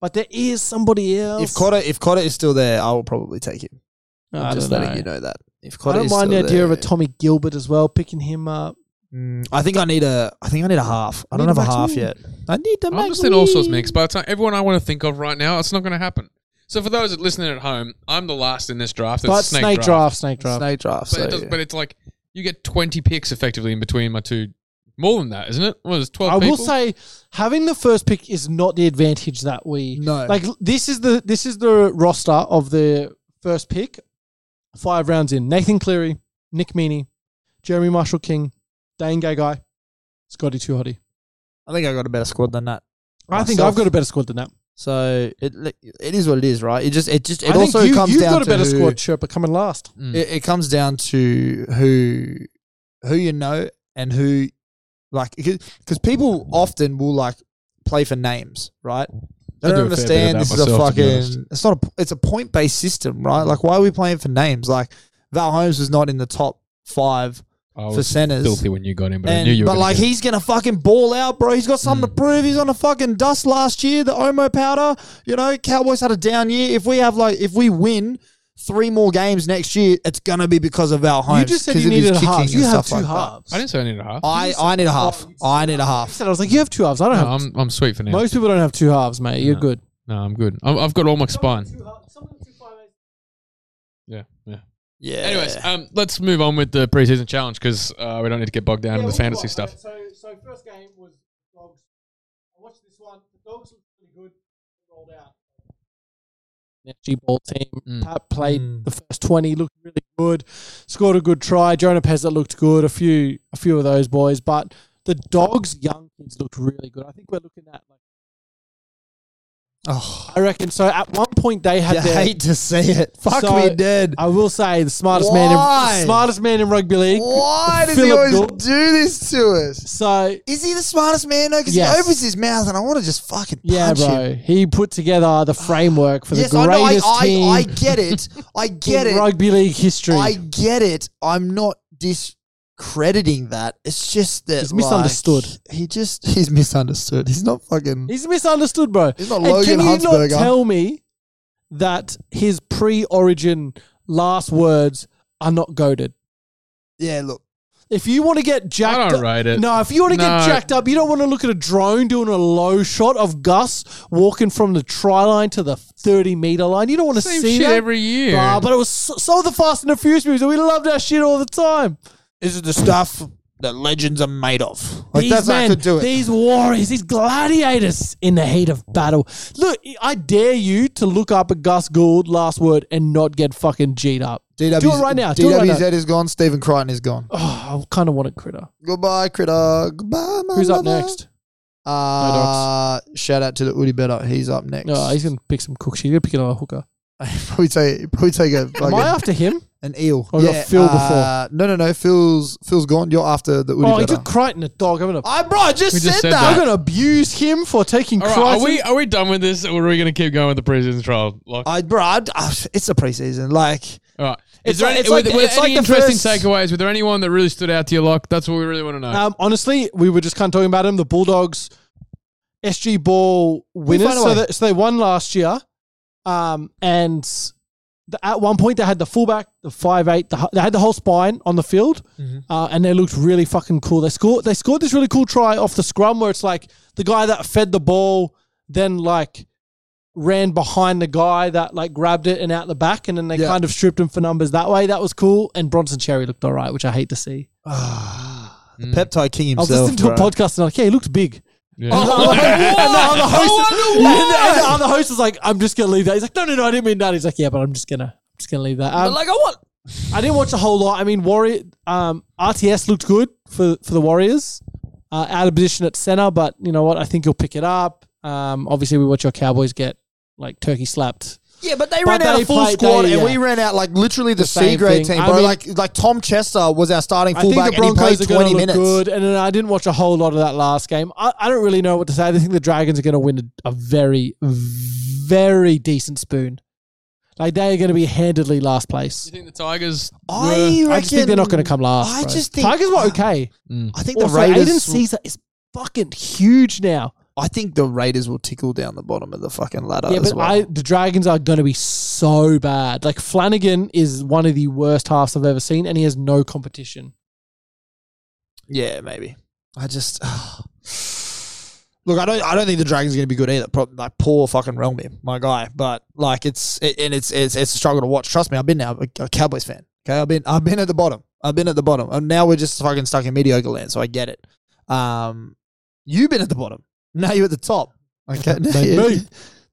S8: But there is somebody else.
S1: If Cotter if Cotter is still there, I will probably take him.
S8: I
S1: I'm
S8: don't
S1: just
S8: know.
S1: letting you know that. If
S8: I
S1: Cotter
S8: don't
S1: is
S8: mind the
S1: still
S8: idea of a
S1: there-
S8: Tommy Gilbert as well, picking him up.
S1: Mm, I think I need a. I think I need a half. I
S8: Need
S1: don't have
S8: a
S1: a half
S8: back
S1: yet. I need
S8: Oh,
S1: the.
S7: I'm just in all sorts of mix. By the time everyone I want to think of right now, it's not going to happen. So for those that listening at home, I'm the last in this draft. It's
S8: But
S7: snake,
S8: snake,
S7: draft.
S8: draft. snake draft.
S1: Snake draft.
S7: But,
S1: so
S7: it does,
S1: yeah.
S7: but it's like you get 20 picks effectively in between my two. More than that, isn't it? What is it, 12
S8: I will
S7: people?
S8: say having the first pick is not the advantage that we
S1: No.
S8: Like this is the this is the roster of the first pick. Five rounds in. Nathan Cleary, Nick Meaney, Jeremy Marshall King, Dane Gagai, Scotty Tuhati.
S1: I think I got a better squad than that.
S8: I think
S1: Myself.
S8: I've got a better squad than that.
S1: So it it is what it is, right? It just it just it
S8: I think
S1: also
S8: you,
S1: comes
S8: you've
S1: down
S8: got a
S1: to
S8: better
S1: who,
S8: squad, Sherpa, coming last.
S7: Mm.
S1: It, it comes down to who who you know and who like because people often will like play for names, right? They
S7: I do
S1: don't
S7: a fair bit
S1: understand
S7: of that
S1: this
S7: myself, to be
S1: is a
S7: honest.
S1: fucking it's not a it's a point based system, right? Like why are we playing for names? Like Val Holmes was not in the top five
S7: I
S1: for
S7: was
S1: centers.
S7: filthy when you got in, but I
S1: And-
S7: knew you were
S1: but
S7: gonna
S1: like
S7: get him.
S1: he's gonna fucking ball out, bro. He's got something
S8: Mm.
S1: to prove. He's on a fucking dust last year, the Omo powder. You know, Cowboys had a down year. If we have like if we win three more games next year, it's gonna be because of Val Holmes.
S8: you just said
S1: 'cause
S8: you
S1: of his
S8: needed a
S1: kicking
S8: half.
S1: and
S8: You have
S1: stuff
S8: two
S1: like that.
S8: halves.
S7: I didn't say I needed a half.
S1: I, I need a half. I need a
S8: I
S1: half.
S8: said I was like, you have two halves. I don't
S7: No,
S8: have.
S7: I'm, I'm sweet for now.
S8: most people don't have two halves, mate. You're
S7: No.
S8: good.
S7: no, I'm good. I'm, I've got all my spine. Yeah, yeah.
S1: Yeah.
S7: Anyways, um, let's move on with the preseason challenge because uh, we don't need to get bogged down in the fantasy stuff.
S8: So, so first game was dogs. I watched this one. The dogs were pretty good. Rolled out. Energy ball team.
S7: Mm.
S8: Pat played
S1: Mm.
S8: the first twenty. Looked really good. Scored a good try. Jonah Pez that looked good. A few, a few of those boys, but the dogs' young kids looked really good. I think we're looking at. Like,
S1: oh,
S8: I reckon. So at one point they had
S1: you
S8: their.
S1: hate to see it. Fuck
S8: So-
S1: me dead.
S8: I will say the smartest man,
S1: Why?
S8: in, smartest man in rugby league.
S1: Why does he
S8: Philip
S1: always
S8: Gould.
S1: do this to us?
S8: So
S1: Is he the smartest man though? Because
S8: Yes.
S1: he opens his mouth and I want to just fucking
S8: Yeah,
S1: punch him. Ah,
S8: bro. He put together the framework for the
S1: I know.
S8: greatest
S1: I, I,
S8: team
S1: I get it. I get
S8: in
S1: it.
S8: rugby league history.
S1: I get it. I'm not discrediting that. It's just that
S8: He's
S1: like,
S8: misunderstood.
S1: he just he's misunderstood. He's not fucking.
S8: He's misunderstood, bro.
S1: He's not
S8: And
S1: Logan
S8: can you
S1: Huntsberger.
S8: not tell me that his pre-origin last words are not goaded?
S1: yeah, look.
S8: If you want to get jacked,
S7: I don't
S8: up,
S7: rate it.
S8: No, if you want to
S7: No.
S8: get jacked up, you don't want to look at a drone doing a low shot of Gus walking from the try line to the thirty meter line. You don't want to
S7: Same
S8: see
S7: shit
S8: that.
S7: every year.
S8: Ah, but it was so, so were the Fast and the Furious movies, and we loved that shit all the time.
S1: This is the stuff that legends are made of. Like
S8: these
S1: that's how I
S8: men,
S1: could do it.
S8: These warriors, these gladiators in the heat of battle. Look, I dare you to look up at Gus Gould last word and not get fucking G'd up. Do it right now. Do it right
S1: DWZ
S8: now.
S1: is gone. Stephen Crichton is gone.
S8: Oh, I kind of want a critter.
S1: Goodbye, critter. Goodbye, my
S8: Who's up
S1: lover.
S8: next?
S1: Uh, shout out to the Udi Better. He's up next.
S8: No, he's gonna pick some cook shit. He's gonna pick another hooker.
S1: probably take probably take a, like
S8: Am I
S1: a-
S8: after him?
S1: an eel.
S8: Or got Phil
S1: uh, No, no, no. Phil's Phil's gone. You're after the Udi
S8: Oh, he
S1: Better.
S8: took Crichton a dog. I'm gonna,
S1: I bro, I just,
S7: We
S1: said,
S7: just said
S1: that.
S8: I'm gonna abuse him for taking
S7: All
S8: Crichton.
S7: right, are we are we done with this, or are we going to keep going with the preseason trial? Like,
S1: I bro, I, uh, it's a preseason. Like
S7: all right.
S1: It's
S7: Is there
S1: like-
S7: any,
S1: it's like
S7: were
S1: the-
S7: there
S1: it's
S7: any
S1: like the
S7: interesting
S1: first-
S7: takeaways? Were there anyone that really stood out to you, Lock? That's what we really want to know.
S8: Um, honestly, we were just kind of talking about him. The Bulldogs, SG Ball winners.
S1: found a
S8: So,
S1: way.
S8: they, so they won last year. Um, and the, at one point they had the fullback, the five eight, the, hu- they had the whole spine on the field,
S1: Mm-hmm.
S8: uh, and they looked really fucking cool. They scored. They scored this really cool try off the scrum where it's like the guy that fed the ball then like ran behind the guy that like grabbed it and out the back and then they
S1: Yeah.
S8: kind of stripped him for numbers that way that was cool and Bronson Cherry looked all right which I hate to see
S1: the peptide king
S8: I was
S1: himself.
S8: listening Mm. to a
S1: bro.
S8: podcast and I'm like, yeah, he looks big.
S7: Yeah.
S1: uh-huh. Oh,
S8: and the other host, and the other host is like, I'm just gonna leave that. He's like, no, no, no, I didn't mean that. He's like, yeah, but I'm just gonna, I'm just gonna leave that. Um,
S1: Like I want.
S8: I didn't watch a whole lot. I mean, Warrior um, RTS looked good for for the Warriors. Uh, out of position at center, but you know what? I think you'll pick it up. Um, obviously, we watch your Cowboys get like turkey slapped.
S1: Yeah, but they
S8: But
S1: ran out
S8: they
S1: a full
S8: played-
S1: squad,
S8: they-
S1: and
S8: yeah.
S1: we ran out like literally the, C
S8: same
S1: grade
S8: thing.
S1: team,
S8: I
S1: bro.
S8: mean-
S1: like like Tom Chester was our starting
S8: I think
S1: fullback,
S8: the
S1: and he played
S8: Broncos are going
S1: twenty
S8: to look
S1: minutes.
S8: good, and then I didn't watch a whole lot of that last game. I, I don't really know what to say. I think the Dragons are going to win a, a very, very decent spoon. Like they are going to be handedly last
S7: Do
S8: place.
S7: you think the Tigers?
S1: I,
S7: were-
S8: I just think they're not going to come last.
S1: I
S8: bro.
S1: just think-
S8: Tigers were okay.
S1: I think the
S8: Also,
S1: Raiders.
S8: Aiden
S1: will-
S8: Caesar is fucking huge now.
S1: I think the Raiders will tickle down the bottom of the fucking ladder
S8: Yeah,
S1: Oh, as
S8: but
S1: well.
S8: I, the Dragons are going to be so bad. Like Flanagan is one of the worst halves I've ever seen, and he has no competition.
S1: yeah, maybe. I just look. I don't. I don't think the Dragons are going to be good either. Probably like poor fucking Realmy, my guy. But like it's it, and it's, it's it's a struggle to watch. Trust me, I've been now a Cowboys fan. Okay, I've been I've been at the bottom. I've been at the bottom, and now we're just fucking stuck in mediocre land. So I get it. Um, you've been at the bottom. Now you're at the top. Okay,
S8: Maybe.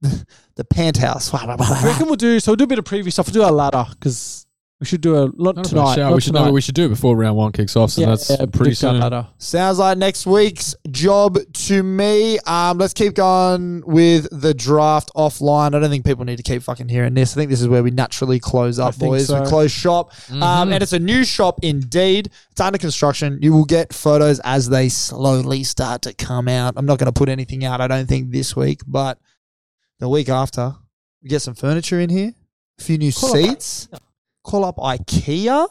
S1: the, the penthouse.
S8: I reckon we'll do so. We'll do a bit of preview stuff. We'll do our ladder because we should do a lot
S7: Not a bad
S8: tonight.
S7: shout.
S8: not
S7: We should know
S8: tonight.
S7: what we should do before round one kicks off. So that's pretty
S8: predict our
S7: soon.
S8: ladder.
S1: Sounds like next week's job to me. Um, let's keep going with the draft offline. I don't think people need to keep fucking hearing this. I think this is where we naturally close up,
S8: think
S1: boys.
S8: so. Mm-hmm.
S1: We close shop. Um, and it's a new shop indeed. It's under construction. You will get photos as they slowly start to come out. I'm not going to put anything out, I don't think, this week, but the week after, we get some furniture in here, a few new seats. Call up IKEA.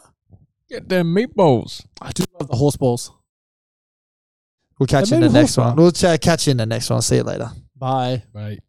S7: Get them meatballs.
S8: I do love the horse balls.
S1: We'll catch
S8: They
S1: you in
S8: made
S1: the
S8: a
S1: next uh,
S8: horse
S1: one. We'll ch- catch you in the next one. See you later.
S8: Bye.
S7: Right.